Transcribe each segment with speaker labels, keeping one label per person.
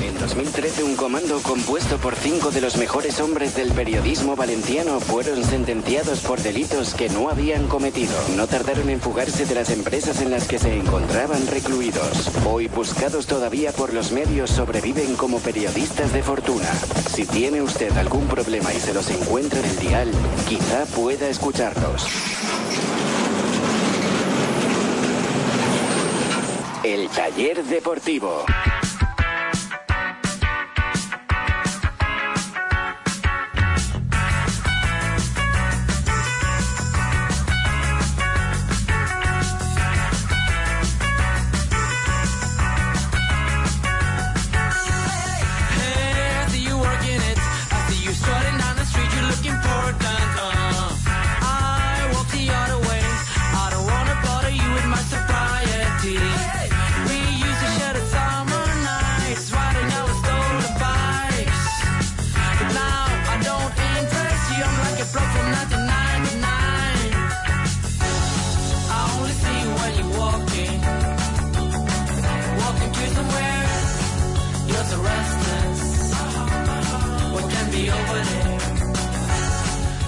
Speaker 1: En 2013, un comando compuesto por cinco de los mejores hombres del periodismo valenciano fueron sentenciados por delitos que no habían cometido. No tardaron en fugarse de las empresas en las que se encontraban recluidos. Hoy, buscados todavía por los medios, sobreviven como periodistas de fortuna. Si tiene usted algún problema y se los encuentra en el dial, quizá pueda escucharlos. El taller deportivo.
Speaker 2: uh.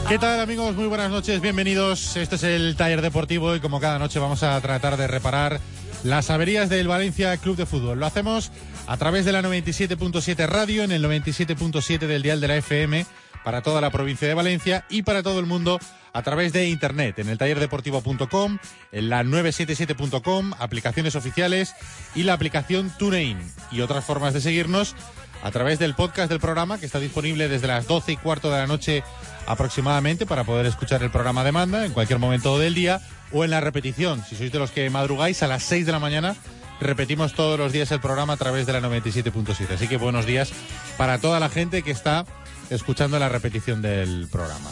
Speaker 3: ¿Qué tal amigos? Muy buenas noches, bienvenidos. Este es el taller deportivo y como cada noche vamos a tratar de reparar las averías del Valencia Club de Fútbol. Lo hacemos a través de la 97.7 radio, en el 97.7 del dial de la FM para toda la provincia de Valencia y para todo el mundo a través de internet, en el tallerdeportivo.com, en la 977.com, aplicaciones oficiales y la aplicación TuneIn y otras formas de seguirnos a través del podcast del programa que está disponible desde las 12 y cuarto de la noche aproximadamente para poder escuchar el programa a demanda en cualquier momento del día o en la repetición. Si sois de los que madrugáis a las 6 de la mañana, repetimos todos los días el programa a través de la 97.7. Así que buenos días para toda la gente que está escuchando la repetición del programa.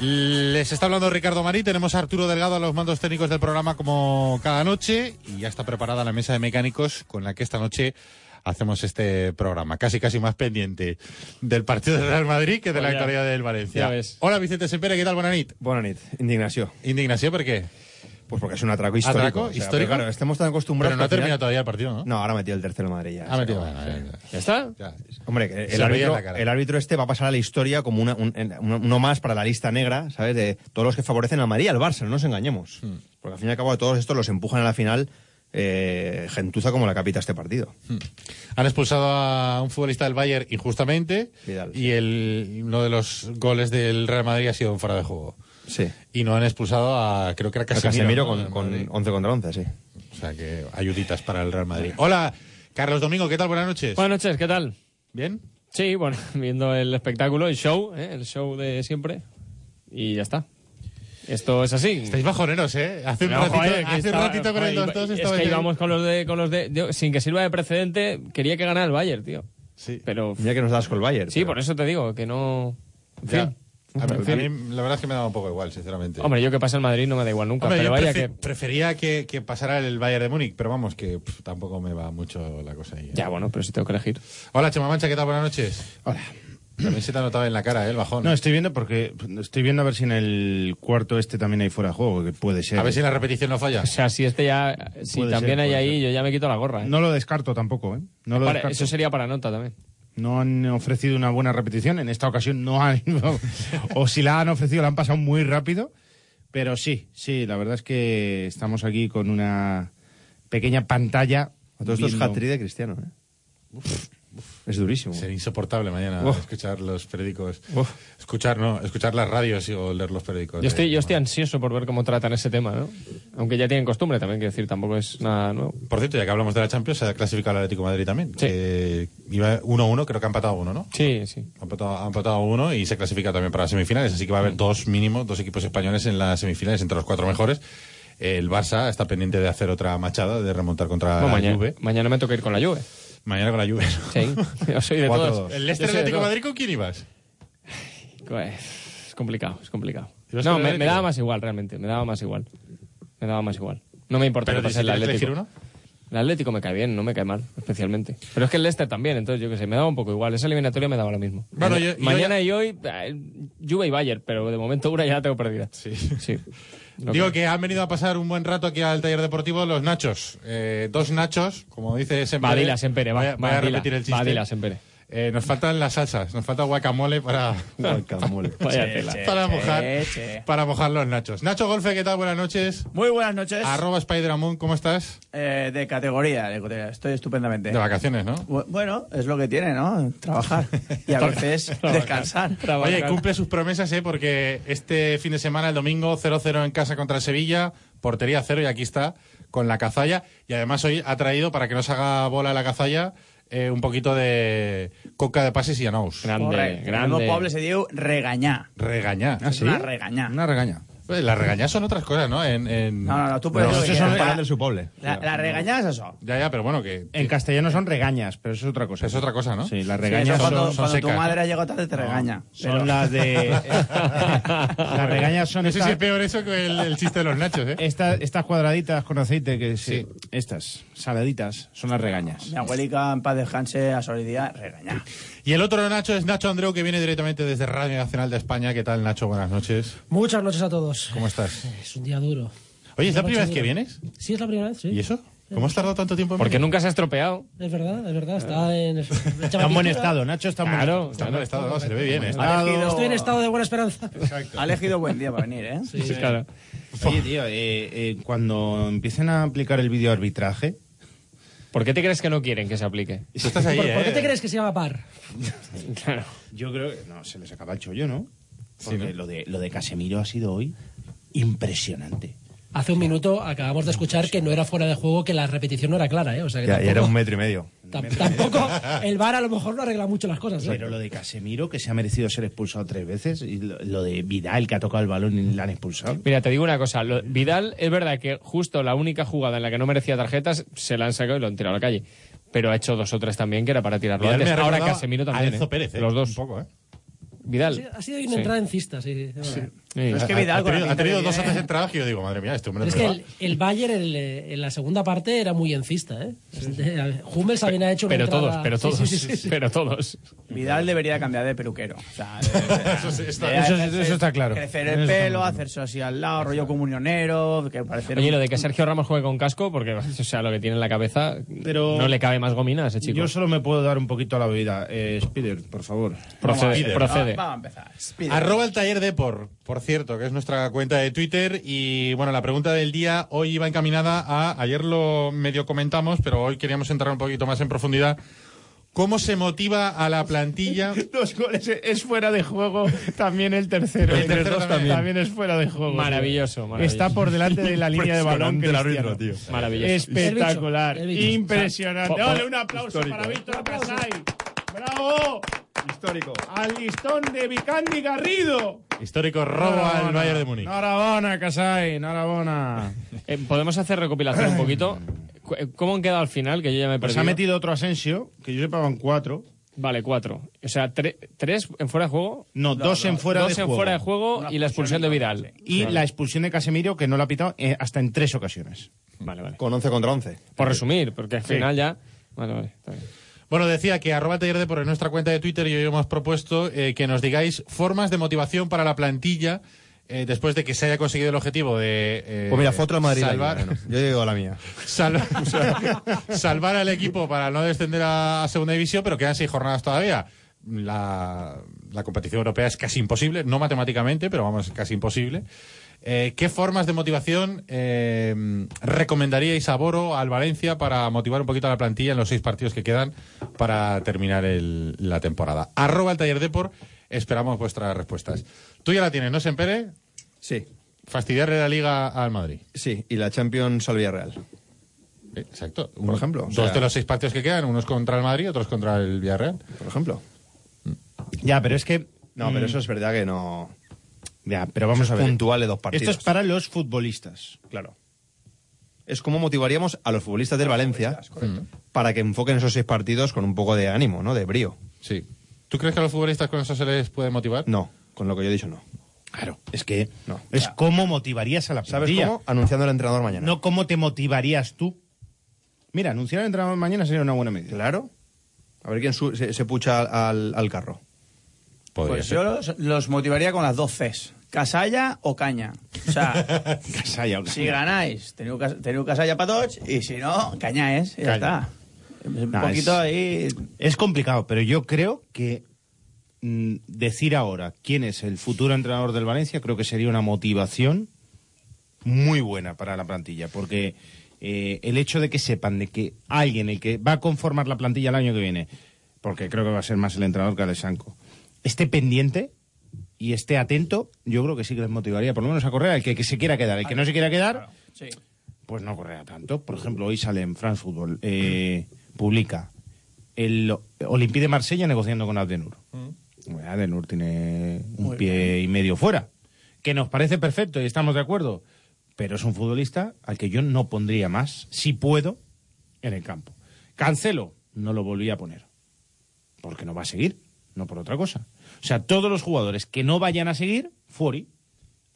Speaker 3: Les está hablando Ricardo Marí, tenemos a Arturo Delgado a los mandos técnicos del programa como cada noche y ya está preparada la mesa de mecánicos con la que esta noche hacemos este programa. Casi, casi más pendiente del partido del Real Madrid que de la
Speaker 4: Pues
Speaker 5: Oye,
Speaker 3: actualidad del
Speaker 5: ja
Speaker 3: Valencia.
Speaker 5: ves.
Speaker 3: Hola, Vicente Sempere, ¿qué tal? Buenas nit.
Speaker 4: Bona nit. Indignació.
Speaker 3: Indignació, ¿por qué?
Speaker 4: Pues porque es un atraco histórico.
Speaker 3: ¿Atraco
Speaker 4: pero
Speaker 3: histórico?
Speaker 4: Claro, estamos tan acostumbrados...
Speaker 3: Pero
Speaker 4: que
Speaker 3: no ha
Speaker 4: al
Speaker 3: terminado
Speaker 4: final-
Speaker 3: todavía el partido, ¿no?
Speaker 4: No, ahora ha metido el tercero Madrid ya.
Speaker 3: Ha metido,
Speaker 4: Sí.
Speaker 3: bueno, ya,
Speaker 5: ¿Ya está?
Speaker 3: ya.
Speaker 4: Hombre, que
Speaker 3: Se
Speaker 4: el
Speaker 3: lo veía en la
Speaker 4: árbitro,
Speaker 3: cara.
Speaker 4: el árbitro este va a pasar a la historia como una, un- en- un- uno más para la lista negra, ¿sabes? De todos los que favorecen a Madrid y al Barça, no nos engañemos.
Speaker 3: Hmm.
Speaker 4: Porque al fin y al cabo a todos estos los empujan a la final eh, gentuza como la capita este partido.
Speaker 3: Han expulsado a un futbolista del Bayern injustamente
Speaker 4: Vidal.
Speaker 3: y el, uno de los goles del Real Madrid ha sido un fuera de juego.
Speaker 4: Sí.
Speaker 3: Y no han expulsado a, creo que era
Speaker 4: Casemiro,
Speaker 3: Hmm. Casemiro. ¿no?
Speaker 4: con,
Speaker 3: del
Speaker 4: con
Speaker 3: Madrid.
Speaker 4: 11 contra 11, sí.
Speaker 3: O sea que ayuditas para el Real Madrid. Hola, Carlos Domingo, ¿qué tal? Buenas noches.
Speaker 5: Buenas noches, ¿qué tal?
Speaker 3: ¿Bien?
Speaker 5: Sí, bueno, viendo el espectáculo, el show, ¿eh? el show de siempre. Y ya está. Esto es así.
Speaker 3: Estáis bajoneros, ¿eh? Hace un
Speaker 5: No,
Speaker 3: ratito,
Speaker 5: joder, que
Speaker 3: hace un
Speaker 5: estaba-
Speaker 3: ratito con el
Speaker 5: joder,
Speaker 3: 2-2
Speaker 5: Es
Speaker 3: estaba
Speaker 5: que
Speaker 3: yo-
Speaker 5: íbamos con los de... Con los de yo, sin que sirva de precedente, quería que ganara el Bayern, tío.
Speaker 3: Sí.
Speaker 5: Pero...
Speaker 4: Mira que nos das con el Bayern.
Speaker 5: Sí,
Speaker 4: pero-
Speaker 5: por eso te digo, que no... En
Speaker 3: Ya.
Speaker 5: fin.
Speaker 3: A mí,
Speaker 5: En fin.
Speaker 3: a mí la verdad es que me daba un poco igual, sinceramente.
Speaker 5: Hombre, yo que pasa en Madrid no me da igual nunca,
Speaker 3: Hombre,
Speaker 5: pero
Speaker 3: yo
Speaker 5: vaya
Speaker 3: prefe-
Speaker 5: que...
Speaker 3: prefería que, que pasara el Bayern de Múnich, pero vamos, que pff, tampoco me va mucho la cosa ahí. ¿eh?
Speaker 5: Ya, bueno, pero si tengo que elegir.
Speaker 3: Hola, Chema Mancha, ¿qué tal? Buenas noches. Hola. También se te ha notado en la cara, ¿eh? el bajón.
Speaker 6: No, estoy viendo porque estoy viendo a ver si en el cuarto este también hay fuera de juego, que puede ser.
Speaker 3: a ver si la repetición no falla.
Speaker 5: O sea, si este ya... Si
Speaker 6: Puede
Speaker 5: también
Speaker 6: ser,
Speaker 5: hay
Speaker 6: puede
Speaker 5: ahí, yo ya me quito la gorra. ¿eh?
Speaker 6: No lo descarto tampoco, ¿eh? No lo
Speaker 5: Para-
Speaker 6: descarto.
Speaker 5: eso sería para nota también.
Speaker 6: No han ofrecido una buena repetición, en esta ocasión no han o si la han ofrecido la han pasado muy rápido, pero sí, sí, la verdad es que estamos aquí con una pequeña pantalla
Speaker 4: A todos estos
Speaker 6: viendo-
Speaker 4: hat de Cristiano, ¿eh? es durísimo.
Speaker 3: Será insoportable mañana
Speaker 4: Uf.
Speaker 3: escuchar los periódicos.
Speaker 4: Uf.
Speaker 3: Escuchar, no, escuchar las radios y, o leer los periódicos.
Speaker 5: Yo estoy,
Speaker 3: Eh,
Speaker 5: yo estoy ansioso por ver cómo tratan ese tema, ¿no? Aunque ya tienen costumbre también, quiero decir, tampoco es nada nuevo.
Speaker 3: Por cierto, ya que hablamos de la Champions, se ha clasificado el Atlético de Madrid también.
Speaker 5: Sí.
Speaker 3: que iba 1-1, creo que ha empatado uno, ¿no?
Speaker 5: Sí, sí.
Speaker 3: Ha empatado, ha empatado uno y se clasifica también para las semifinales. Así que va a haber dos mínimos, dos equipos españoles en las semifinales, entre los cuatro mejores. El Barça está pendiente de hacer otra machada, de remontar contra
Speaker 5: Bueno,
Speaker 3: la
Speaker 5: mañana,
Speaker 3: Juve.
Speaker 5: mañana me toca ir con la Juve.
Speaker 3: Mañana con la Juve. ¿no?
Speaker 5: Sí, yo soy de
Speaker 3: 4-2.
Speaker 5: todos.
Speaker 3: ¿El Leicester
Speaker 5: Yo soy de
Speaker 3: Atlético de
Speaker 5: todos.
Speaker 3: Madrid con quién ibas?
Speaker 5: Pues, Es complicado, es complicado.
Speaker 3: ¿Ibas
Speaker 5: No,
Speaker 3: con el
Speaker 5: me, me
Speaker 3: Atlético?
Speaker 5: daba más igual realmente, me daba más igual. Me daba más igual. No me importa
Speaker 3: Pero
Speaker 5: que
Speaker 3: si
Speaker 5: pase el
Speaker 3: tienes que
Speaker 5: Atlético.
Speaker 3: elegir uno.
Speaker 5: El Atlético me cae bien, no me cae mal, especialmente. Pero es que el Leicester también, entonces yo qué sé, me daba un poco igual. Esa eliminatoria me daba lo mismo.
Speaker 3: Bueno,
Speaker 5: Maña-
Speaker 3: yo- yo
Speaker 5: mañana
Speaker 3: ya-
Speaker 5: y hoy, eh, Juve y Bayern, pero de momento una ya la tengo perdida.
Speaker 3: Sí.
Speaker 5: Sí. Lo
Speaker 3: Digo que han venido a pasar un buen rato aquí al taller deportivo los nachos. Eh, dos nachos, como dice Sempere.
Speaker 5: Va, dila, Sempere, va.
Speaker 3: Voy a- voy
Speaker 5: Va,
Speaker 3: a
Speaker 5: dila.
Speaker 3: repetir el
Speaker 5: Va,
Speaker 3: chiste.
Speaker 5: dila, Sempere.
Speaker 3: Eh, nos faltan las salsas, nos falta guacamole para,
Speaker 4: Guacamole.
Speaker 5: Vaya tela.
Speaker 3: para, mojar,
Speaker 7: che.
Speaker 3: para mojar los nachos. Nacho Golfe, ¿qué tal? Buenas noches.
Speaker 7: Muy buenas noches.
Speaker 3: Arroba Spideramon, ¿cómo estás?
Speaker 7: Eh, de categoría, de categoría. Estoy estupendamente.
Speaker 3: De vacaciones, ¿no?
Speaker 7: Bu- Bueno, es lo que tiene, ¿no? Trabajar. Y a veces descansar.
Speaker 3: Oye, cumple sus promesas, ¿eh? Porque este fin de semana, el domingo, 0-0 en casa contra el Sevilla, portería cero y aquí está con la cazalla. Y además hoy ha traído, para que no se haga bola la cazalla, eh, un poquito de coca de pases y anous.
Speaker 5: Grande,
Speaker 7: Correcto.
Speaker 5: grande.
Speaker 7: El poble se diu regañar.
Speaker 3: Regañá.
Speaker 6: ¿Ah, sí?
Speaker 7: Una regañá.
Speaker 6: Una regaña.
Speaker 3: Pues las regañas son otras cosas, ¿no? En, en-
Speaker 7: No, no, no, tú puedes...
Speaker 4: Pero
Speaker 7: dir el
Speaker 4: eso
Speaker 7: que
Speaker 4: es el
Speaker 7: quieras.
Speaker 4: del su poble.
Speaker 7: La, la regañá es eso.
Speaker 3: Ya, ya, pero bueno, que
Speaker 6: En castellano son regañas, pero eso es otra cosa.
Speaker 3: es otra cosa, ¿no?
Speaker 6: Sí, las
Speaker 7: Sí,
Speaker 6: regañas
Speaker 7: eso
Speaker 6: son,
Speaker 7: cuando,
Speaker 3: son
Speaker 7: cuando tu
Speaker 3: secas.
Speaker 7: madre ha llegado tarde te regaña.
Speaker 6: son
Speaker 7: Pero-
Speaker 6: las de... las regañas son
Speaker 3: No sé si es
Speaker 6: estas,
Speaker 3: peor eso que el, el chiste de los nachos, ¿eh?
Speaker 6: estas, estas cuadraditas con aceite que sí,
Speaker 3: Sí.
Speaker 6: estas saladitas son las regañas.
Speaker 7: Mi abuelica, en paz descanse, a solidaridad, regañá.
Speaker 3: Y el otro Nacho es Nacho Andreu, que viene directamente desde Radio Nacional de España. ¿Qué tal, Nacho? Buenas noches.
Speaker 8: Muchas noches a todos.
Speaker 3: ¿Cómo estás?
Speaker 8: Es un día duro.
Speaker 3: Oye, ¿es la
Speaker 8: Una
Speaker 3: primera
Speaker 8: noche
Speaker 3: vez que
Speaker 8: dura.
Speaker 3: vienes?
Speaker 8: Sí, es la primera vez, sí.
Speaker 3: ¿Y eso? ¿Cómo has tardado tanto tiempo en
Speaker 5: Porque
Speaker 3: venir?
Speaker 5: nunca se ha estropeado.
Speaker 8: Es verdad, es verdad. Está en,
Speaker 6: Está en buen estado, Nacho está en buen estado.
Speaker 5: Claro.
Speaker 3: Está en mal estado, no, se le ve bien. ¿eh?
Speaker 7: Ha elegido,
Speaker 8: Estoy en estado de buena esperanza.
Speaker 7: ha elegido buen día para venir, ¿eh?
Speaker 5: Sí, claro.
Speaker 6: Oye, tío, eh, eh, cuando empiecen a aplicar el videoarbitraje...
Speaker 5: ¿Por qué te crees que no quieren que se aplique?
Speaker 3: Tú estás ahí,
Speaker 8: ¿Por, por qué
Speaker 3: ¿eh?
Speaker 8: te crees que se llama par?
Speaker 5: Claro.
Speaker 6: Yo creo que no, se les acaba el chollo, ¿no?
Speaker 3: Sí,
Speaker 6: Porque
Speaker 3: ¿no?
Speaker 6: Lo, de, lo de Casemiro ha sido hoy impresionante.
Speaker 8: Hace un minuto acabamos de escuchar que no era fuera de juego, que la repetición no era clara, ¿eh? O sea que
Speaker 4: Ya,
Speaker 8: tampoco,
Speaker 4: ya era un metro y medio.
Speaker 8: tam- tampoco el VAR a lo mejor no arregla mucho las cosas, ¿eh?
Speaker 6: Pero lo de Casemiro, que se ha merecido ser expulsado tres veces, y lo, lo de Vidal, que ha tocado el balón y la han expulsado.
Speaker 5: Mira, te digo una cosa. lo- Vidal, es verdad que justo la única jugada en la que no merecía tarjetas se la han sacado y lo han tirado a la calle. Pero ha hecho dos o tres también que era para tirarlo
Speaker 3: Vidal
Speaker 5: antes.
Speaker 3: me ha
Speaker 5: Ahora
Speaker 3: recordado
Speaker 5: Casemiro
Speaker 3: a
Speaker 5: también.
Speaker 3: Enzo
Speaker 5: ¿eh?
Speaker 3: Pérez, ¿eh?
Speaker 5: Los dos.
Speaker 3: Un poco, ¿eh?
Speaker 5: Vidal.
Speaker 8: Sí, ha sido una
Speaker 5: Sí.
Speaker 8: entrada en cista, sí. sí, es verdad.
Speaker 5: Sí.
Speaker 7: Es que
Speaker 3: Ha-
Speaker 7: Vidal
Speaker 3: ha
Speaker 7: con la
Speaker 3: tenido, ha
Speaker 7: pinta
Speaker 3: tenido
Speaker 7: que
Speaker 3: dos o
Speaker 7: tiene-
Speaker 3: tres entradas que yo digo, madre mía, este hombre
Speaker 8: Pero es que
Speaker 3: me va.
Speaker 8: el, el Bayern el, eh, en la segunda parte era muy encista, ¿eh? Este, Hummels también ha hecho una
Speaker 5: Pero todos,
Speaker 8: entrada-
Speaker 5: pero
Speaker 8: Sí,
Speaker 5: todos.
Speaker 8: sí, sí, sí.
Speaker 5: Pero todos.
Speaker 7: Vidal debería cambiar de peluquero. O sea, de-
Speaker 3: Eso sí, está-
Speaker 7: de-
Speaker 6: Eso-
Speaker 7: de- de-
Speaker 6: eso está claro.
Speaker 7: Crecer
Speaker 6: Eso
Speaker 7: el
Speaker 6: está
Speaker 7: pelo,
Speaker 6: claro.
Speaker 7: hacerse así al lado, rollo comunionero, que parece...
Speaker 5: Oye, lo de que Sergio Ramos juegue con casco, porque o sea, lo que tiene en la cabeza
Speaker 6: Pero-
Speaker 5: no le cabe más gomina a ese chico.
Speaker 6: Yo solo me puedo dar un poquito a la bebida. Eh, Spider, por favor.
Speaker 5: Procede,
Speaker 3: Vamos,
Speaker 5: procede.
Speaker 7: Ah, Vamos a empezar. Speed.
Speaker 3: Arroba el taller de por, por cierto, que es nuestra cuenta de Twitter. Y bueno, la pregunta del día hoy iba encaminada a, ayer lo medio comentamos, pero hoy queríamos entrar un poquito más en profundidad. ¿Cómo se motiva a la plantilla?
Speaker 6: Dos goles es fuera de juego. También el tercero.
Speaker 3: El tercero también.
Speaker 6: es fuera de juego.
Speaker 5: Maravilloso, maravilloso.
Speaker 6: Está por delante de la línea de balón.
Speaker 4: Impresionante el árbitro,
Speaker 6: Cristiano.
Speaker 4: tío.
Speaker 5: Maravilloso.
Speaker 6: Espectacular.
Speaker 8: El bicho, el bicho.
Speaker 6: Impresionante.
Speaker 5: Po- po-
Speaker 6: Dale un aplauso para Víctor Casay. ¡Bravo!
Speaker 4: Histórico.
Speaker 6: Al listón de Vicandi Garrido.
Speaker 3: Histórico robo al Bayern de Múnich.
Speaker 6: Enhorabona, Casay. Enhorabona.
Speaker 5: Eh, ¿Podemos hacer recopilación un poquito? Cu- eh, ¿Cómo han quedado al final? Que yo ya me he
Speaker 6: Pues
Speaker 5: perdido.
Speaker 6: ha metido otro Asensio, que yo sepa van cuatro.
Speaker 5: Vale, cuatro. O sea, tre- tres en fuera de juego,
Speaker 6: No, dos en fuera
Speaker 5: dos
Speaker 6: de
Speaker 5: en
Speaker 6: juego.
Speaker 5: fuera de juego
Speaker 7: Una
Speaker 5: y la expulsión de Vidal.
Speaker 6: Y la expulsión de Casemiro, que no la ha pitado eh, hasta en tres ocasiones.
Speaker 5: Vale, vale.
Speaker 4: Con 11 contra 11.
Speaker 6: Eh,
Speaker 5: Por resumir, porque al final ya... Vale, vale. está bien.
Speaker 3: Bueno, decía que arroba taller de por en nuestra cuenta de Twitter y hoy hemos propuesto eh, que nos digáis formas de motivación para la plantilla eh, después de que se haya conseguido el objetivo de eh,
Speaker 4: Pues mira, fue otra Madrid.
Speaker 3: salvar,
Speaker 4: Yo digo la mía.
Speaker 3: salva- o sea, salvar al equipo para no descender a, a segunda división, pero quedan seis jornadas todavía. La, la competición europea es casi imposible, no matemáticamente, pero vamos, casi imposible. Eh, ¿Qué formas de motivación eh, recomendaríais a Boro, al Valencia, para motivar un poquito a la plantilla en los seis partidos que quedan para terminar el- la temporada? Arroba el taller Depor, esperamos vuestras respuestas. Tú ya la tienes, ¿no, Sempere?
Speaker 4: Sí,
Speaker 3: Fastidiarle la liga al Madrid.
Speaker 4: sí. Y la Champions al Villarreal.
Speaker 3: Exacto.
Speaker 4: Por ejemplo, o
Speaker 3: Dos
Speaker 4: sea-
Speaker 3: de los seis partidos que quedan, unos contra el Madrid, otros contra el Villarreal.
Speaker 4: Por ejemplo.
Speaker 6: Ya, pero es que. mm,
Speaker 4: No, pero eso es verdad que no.
Speaker 6: Ya, pero vamos a ver.
Speaker 4: Puntuales dos partidos.
Speaker 6: Esto es para los futbolistas.
Speaker 4: Claro. Es como motivaríamos a los futbolistas del Valencia
Speaker 3: correcto.
Speaker 4: para que enfoquen esos seis partidos con un poco de ánimo, ¿no? De brío.
Speaker 3: Sí. ¿Tú crees que a los futbolistas con eso se les puede motivar?
Speaker 4: No, con lo que yo he dicho no.
Speaker 6: Claro. Es que.
Speaker 4: No.
Speaker 6: Es cómo motivarías a la
Speaker 4: ¿Sabes
Speaker 6: plantilla.
Speaker 4: cómo? Anunciando al entrenador mañana.
Speaker 6: No cómo te motivarías tú. Mira, anunciar el entrenador mañana sería una buena medida.
Speaker 4: Claro. A ver quién su- se, se pucha al, al carro.
Speaker 3: Podría
Speaker 7: Pues
Speaker 3: ser.
Speaker 7: yo los, los motivaría con las dos Cs. Casalla o caña. O sea,
Speaker 6: Casalla,
Speaker 7: si ganáis, teniu, cas- teniu casalla para tots y si no, caña es, y ya
Speaker 6: Calla.
Speaker 7: está. Un
Speaker 6: No,
Speaker 7: poquito
Speaker 6: es-
Speaker 7: ahí...
Speaker 6: Es complicado, pero yo creo que mm, decir ahora quién es el futuro entrenador del Valencia creo que sería una motivación muy buena para la plantilla, porque eh, el hecho de que sepan de que alguien, el que va a conformar la plantilla el año que viene, porque creo que va a ser más el entrenador que Alessanco, esté pendiente y esté atento, yo creo que sí que les motivaría, por lo menos a correr, al que, que se quiera quedar, el que no se quiera quedar,
Speaker 7: Sí.
Speaker 6: pues no correrá tanto. Por ejemplo, hoy sale en France Football, eh, publica el Olympique de Marsella negociando con Adenur. Bueno, Adenur tiene un pie y medio fuera, que nos parece perfecto y estamos de acuerdo, pero es un futbolista al que yo no pondría más, si puedo, en el campo. Cancelo, no lo volví a poner, porque no va a seguir, no por otra cosa. O sea, todos los jugadores que no vayan a seguir, fuori.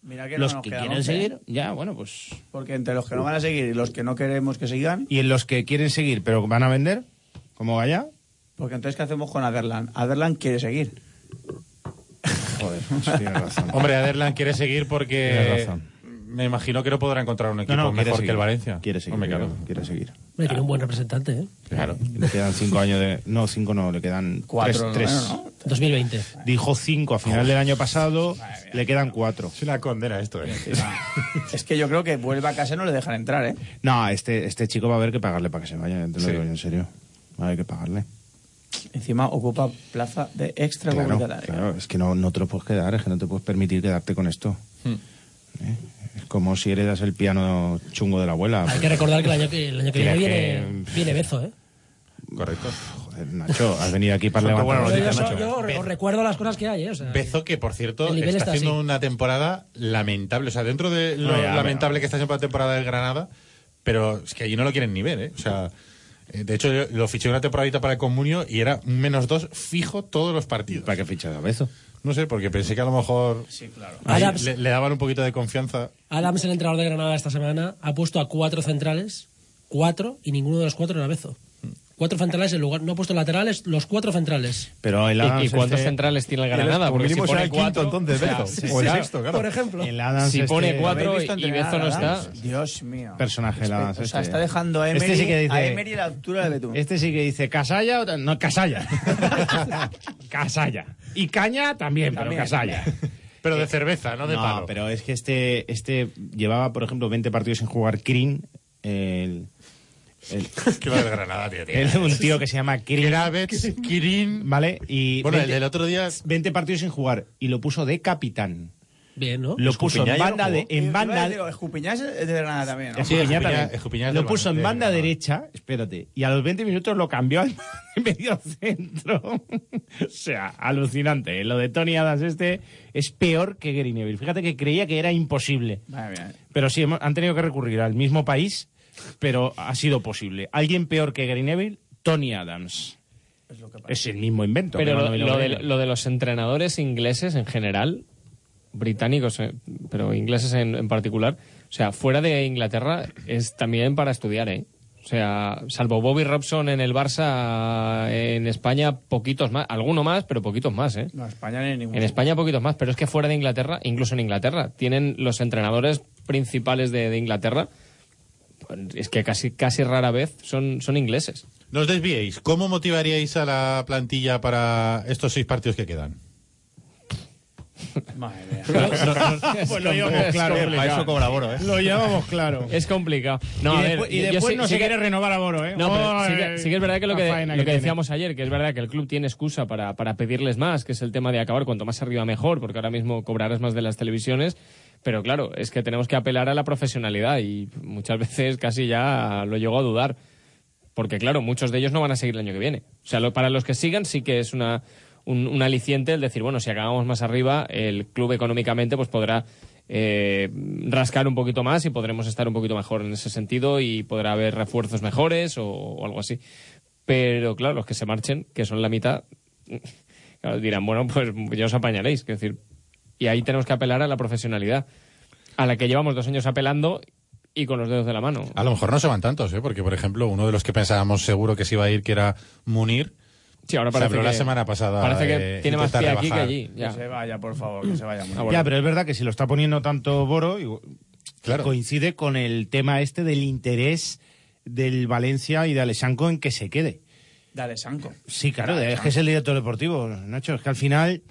Speaker 7: Mira que no
Speaker 6: Los
Speaker 7: nos
Speaker 6: que
Speaker 7: quedan
Speaker 6: quieren
Speaker 7: once, ¿eh?
Speaker 6: seguir, ya, bueno, pues
Speaker 7: Porque entre los que no van a seguir y los que no queremos que sigan,
Speaker 6: y en los que quieren seguir pero van a vender, como vaya,
Speaker 7: porque entonces ¿qué hacemos con Aderlan? Aderlan quiere seguir.
Speaker 6: joder, pues tienes razón.
Speaker 3: Hombre, Aderlan quiere seguir porque
Speaker 6: Tienes razón.
Speaker 3: Eh, me imagino que no podrá encontrar un equipo
Speaker 6: quiere
Speaker 3: mejor
Speaker 6: seguir.
Speaker 3: que el Valencia.
Speaker 6: Quiere seguir,
Speaker 3: Hombre, claro.
Speaker 6: quiere- quiere seguir.
Speaker 8: Me tiene un buen representante, ¿eh?
Speaker 6: Claro. Le quedan cinco años de... No, cinco no, le quedan
Speaker 7: Cuatro,
Speaker 6: tres. tres.
Speaker 7: bueno,
Speaker 8: 2020.
Speaker 6: Dijo cinco a final del año pasado, le quedan cuatro.
Speaker 3: Es una condena esto, ¿eh?
Speaker 7: Es que yo creo que vuelve a casa y no le dejan entrar, ¿eh?
Speaker 6: No, este, este chico va a haber que pagarle para que se vaya, te lo
Speaker 3: Sí.
Speaker 6: digo yo en serio. Va a haber que pagarle.
Speaker 7: Encima ocupa plaza de extra
Speaker 6: Claro,
Speaker 7: comunitaria.
Speaker 6: claro, es que no, no te lo puedes quedar, es que no te puedes permitir quedarte con esto.
Speaker 5: Hmm.
Speaker 6: ¿Eh? Es como si heredas el piano chungo de la abuela.
Speaker 8: Hay
Speaker 6: pues,
Speaker 8: que recordar que el año que, el año que
Speaker 6: Mira
Speaker 8: viene,
Speaker 6: que-
Speaker 8: viene viene Bezo, ¿eh?
Speaker 3: Correcto.
Speaker 6: Joder, Nacho, has venido aquí para
Speaker 3: Son todas
Speaker 6: levantar
Speaker 3: buenas
Speaker 8: Yo,
Speaker 3: noticias,
Speaker 6: los
Speaker 8: yo-
Speaker 3: Nacho.
Speaker 8: yo os- os recuerdo las cosas que hay, ¿eh? O sea,
Speaker 3: Bezo, que por cierto,
Speaker 8: El
Speaker 3: está,
Speaker 8: nivel está
Speaker 3: haciendo
Speaker 8: así.
Speaker 3: una temporada lamentable. O sea, dentro de lo
Speaker 6: No, ya,
Speaker 3: lamentable que está siendo la temporada del Granada, pero es que allí no lo quieren ni ver, ¿eh? O sea, eh, de hecho, yo lo fiché una temporadita para el Comunio y era un menos dos fijo todos los partidos.
Speaker 6: ¿Para qué fichas a Bezo?
Speaker 3: No sé, porque pensé que a lo mejor
Speaker 7: Sí, claro.
Speaker 3: ahí
Speaker 8: Adams.
Speaker 3: le, le daban un poquito de confianza.
Speaker 8: Adams, el entrenador de Granada esta semana, ha puesto a cuatro centrales, cuatro, y ninguno de los cuatro era Bezo. Cuatro centrales en lugar, no ha puesto laterales, los cuatro centrales.
Speaker 6: Pero el Adams
Speaker 5: ¿Y, y cuántos
Speaker 6: este-
Speaker 5: centrales tiene el
Speaker 6: el-
Speaker 5: Granada?
Speaker 6: como
Speaker 5: Porque si
Speaker 6: mínimo será
Speaker 5: pone
Speaker 6: el quinto,
Speaker 5: cuatro,
Speaker 6: entonces,
Speaker 5: o sea,
Speaker 6: Bezo.
Speaker 3: Sí,
Speaker 6: O el
Speaker 3: sí,
Speaker 6: Adams.
Speaker 3: esto, claro.
Speaker 8: Por ejemplo.
Speaker 6: El Adams
Speaker 5: Si pone
Speaker 6: este-
Speaker 5: cuatro-
Speaker 7: ¿Habéis visto
Speaker 5: y- y
Speaker 7: entrenar
Speaker 5: Bezo no
Speaker 7: a Adams?
Speaker 5: está.
Speaker 7: Dios mío.
Speaker 6: Personaje el Adams
Speaker 7: O sea,
Speaker 6: este.
Speaker 7: está dejando a Emery,
Speaker 6: Este sí que dice-
Speaker 7: a Emery a la altura de Betún.
Speaker 6: Este sí que dice Casalla o ta- no Casalla. casalla. Y Caña también,
Speaker 7: También.
Speaker 6: pero Casalla. Eh,
Speaker 3: Pero de cerveza, no de palo.
Speaker 6: No, pero es que este este llevaba, por ejemplo, 20 partidos sin jugar Green, el, el-
Speaker 3: Que va del Granada, tío. tío.
Speaker 6: el- un tío que se llama Green,
Speaker 3: Kravets, Kirin.
Speaker 6: ¿vale? Y
Speaker 3: Bueno, el
Speaker 6: 20
Speaker 3: del otro día.
Speaker 6: 20 partidos sin jugar y lo puso de capitán.
Speaker 8: Bien, ¿no?
Speaker 6: Lo puso en
Speaker 4: Escupiñá ya no
Speaker 6: banda de,
Speaker 4: jugó.
Speaker 6: en banda de-
Speaker 7: Escupiñá es de Granada también, ¿no?
Speaker 3: Sí,
Speaker 6: Escupiñá
Speaker 3: Escupiñá-
Speaker 6: también.
Speaker 3: Escupiñá es del
Speaker 6: lo puso en
Speaker 3: Valencia,
Speaker 6: banda
Speaker 3: Granada.
Speaker 6: derecha, espérate, y a los 20 minutos lo cambió al medio centro. o sea, alucinante. ¿eh? Lo de Tony Adams este es peor que Greenville. Fíjate que creía que era imposible.
Speaker 7: Madre mía.
Speaker 6: Pero sí, hemos- han tenido que recurrir al mismo país, pero ha sido posible. Alguien peor que Greenville, Tony Adams.
Speaker 7: Es lo que pasa.
Speaker 6: Es el mismo invento. que
Speaker 5: Pero lo,
Speaker 6: Manuel
Speaker 5: lo de,
Speaker 6: Neuer.
Speaker 5: lo de los entrenadores ingleses en general, británicos, eh, pero ingleses en, en particular, o sea, fuera de Inglaterra es también para estudiar, ¿eh? O sea, salvo Bobby Robson en el Barça, en España poquitos más, alguno más, pero poquitos más, ¿eh?
Speaker 7: No, España ni ningún.
Speaker 5: En España poquitos más, pero es que fuera de Inglaterra, incluso en Inglaterra, tienen los entrenadores principales de, de Inglaterra, es que casi, casi rara vez son, son ingleses.
Speaker 3: No os desviéis. ¿Cómo motivaríais a la plantilla para estos seis partidos que quedan?
Speaker 7: Madre mía.
Speaker 6: Pues lo llevamos claro.
Speaker 4: Eh, para eso cobra Boro, ¿eh?
Speaker 6: Lo llevamos claro.
Speaker 5: Es complicado. No,
Speaker 6: y
Speaker 5: a ver,
Speaker 6: después, y
Speaker 5: yo- yo
Speaker 6: después
Speaker 5: sí-
Speaker 6: no
Speaker 5: sí
Speaker 6: se
Speaker 5: que-
Speaker 6: quiere renovar a Boro, ¿eh?
Speaker 5: No, pero
Speaker 6: Oh,
Speaker 5: sí que, sí que es verdad que lo
Speaker 6: la
Speaker 5: que,
Speaker 6: faena
Speaker 5: lo que
Speaker 6: tiene.
Speaker 5: decíamos ayer, que es verdad que el club tiene excusa para, para pedirles más, que es el tema de acabar cuanto más arriba mejor, porque ahora mismo cobrarás más de las televisiones. Pero claro, es que tenemos que apelar a la profesionalidad y muchas veces casi ya lo llego a dudar. Porque claro, muchos de ellos no van a seguir el año que viene. O sea, lo- para los que sigan sí que es una, un, un aliciente el decir, bueno, si acabamos más arriba, el club económicamente pues podrá eh, rascar un poquito más y podremos estar un poquito mejor en ese sentido y podrá haber refuerzos mejores o, o algo así. Pero claro, los que se marchen, que son la mitad, claro, dirán, bueno, pues ya os apañaréis. quiero decir, y ahí tenemos que apelar a la profesionalidad, a la que llevamos dos años apelando y con los dedos de la mano.
Speaker 3: A lo mejor no se van tantos, ¿eh? Porque, por ejemplo, uno de los que pensábamos seguro que se iba a ir, que era Munir,
Speaker 5: Sí, ahora
Speaker 3: Se
Speaker 5: parece
Speaker 3: habló
Speaker 5: que,
Speaker 3: la semana pasada
Speaker 5: Parece
Speaker 3: de
Speaker 5: que tiene más
Speaker 3: intentar
Speaker 5: pie aquí que
Speaker 3: rebajar.
Speaker 5: allí. ya.
Speaker 7: Que se vaya, por favor, que se vaya.
Speaker 5: Ah, bueno.
Speaker 6: Ya, pero es verdad que si lo está poniendo tanto Boro, igu-
Speaker 3: Claro.
Speaker 6: coincide con el tema este del interés del Valencia y de Alessanco en que se quede.
Speaker 7: Dale, Sanco.
Speaker 6: Sí, claro, es que es el director deportivo, Nacho, es que al final,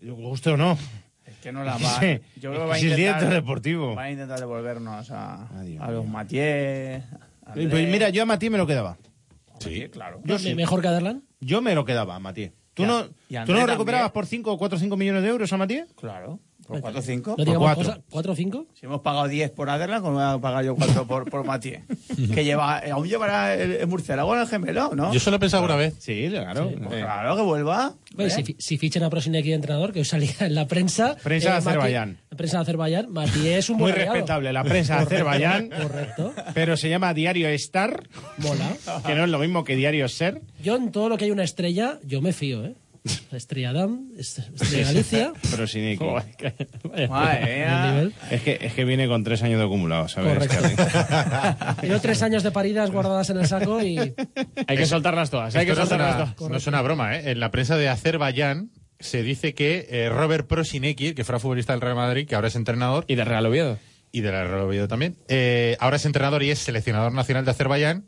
Speaker 6: gusto o no,
Speaker 7: Es que no la
Speaker 6: Sí,
Speaker 7: va. Yo creo que va a
Speaker 6: es el director
Speaker 7: intentar,
Speaker 6: deportivo.
Speaker 7: Va a intentar devolvernos a,
Speaker 6: Dios
Speaker 7: a los Matié. a
Speaker 6: Pues
Speaker 7: Andrés.
Speaker 6: mira, yo a Mati me lo quedaba.
Speaker 7: Sí, claro.
Speaker 6: Yo
Speaker 8: Me-
Speaker 6: sí.
Speaker 8: Mejor que Adarlan.
Speaker 6: Yo me lo quedaba a Mati. ¿Tú
Speaker 7: Y a-
Speaker 6: no,
Speaker 7: y a
Speaker 6: ¿tú no
Speaker 7: Andrés
Speaker 6: recuperabas
Speaker 7: también.
Speaker 6: por 5 o 4 o 5 millones de euros a Mati?
Speaker 7: Claro. ¿Por 4 o 5?
Speaker 8: No digamos
Speaker 6: cuatro.
Speaker 8: cosas. ¿Cuatro o cinco?
Speaker 7: Si hemos pagado 10 por Aderlan, ¿cómo voy a pagar yo 4 por, por Matié? que lleva, eh, aún llevará el, el murciélago en el gemelo, ¿no?
Speaker 3: Yo solo he pensado una vez.
Speaker 6: Sí, claro.
Speaker 7: Pues claro, que vuelva.
Speaker 8: Oye, si, fi- si fichan a Prosineki de entrenador, que hoy salía en la prensa. eh,
Speaker 6: Prensa de
Speaker 8: Mati-
Speaker 6: Azerbaiyán.
Speaker 8: prensa de Azerbaiyán. Matías es un
Speaker 6: Muy
Speaker 8: buen aliado.
Speaker 6: respetable, la prensa de Azerbaiyán,
Speaker 8: Correcto.
Speaker 6: pero se llama Diario Star,
Speaker 8: Mola.
Speaker 6: que no es lo mismo que Diario Ser.
Speaker 8: Yo en todo lo que hay una estrella, yo me fío, ¿eh? Estrella Dam, est- Estrella Galicia.
Speaker 6: Pero sin Iki.
Speaker 5: Joder, que- vaya.
Speaker 7: Madre
Speaker 8: el
Speaker 7: mía.
Speaker 8: nivel.
Speaker 6: Es que, es que viene con tres años de acumulado, ¿sabes?
Speaker 8: Correcto. Yo tres años de paridas guardadas en el saco y
Speaker 5: Hay que soltarlas todas. Hay que
Speaker 3: Esto no
Speaker 5: soltarlas
Speaker 3: suena,
Speaker 5: todas.
Speaker 3: no suena a broma, ¿eh? En la prensa de Azerbaiyán se dice que eh, Robert Prosineki, que fuera futbolista del Real Madrid, que ahora es entrenador,
Speaker 5: Y de Real Oviedo.
Speaker 3: y del Real Oviedo también, eh, ahora es entrenador y es seleccionador nacional de Azerbaiyán,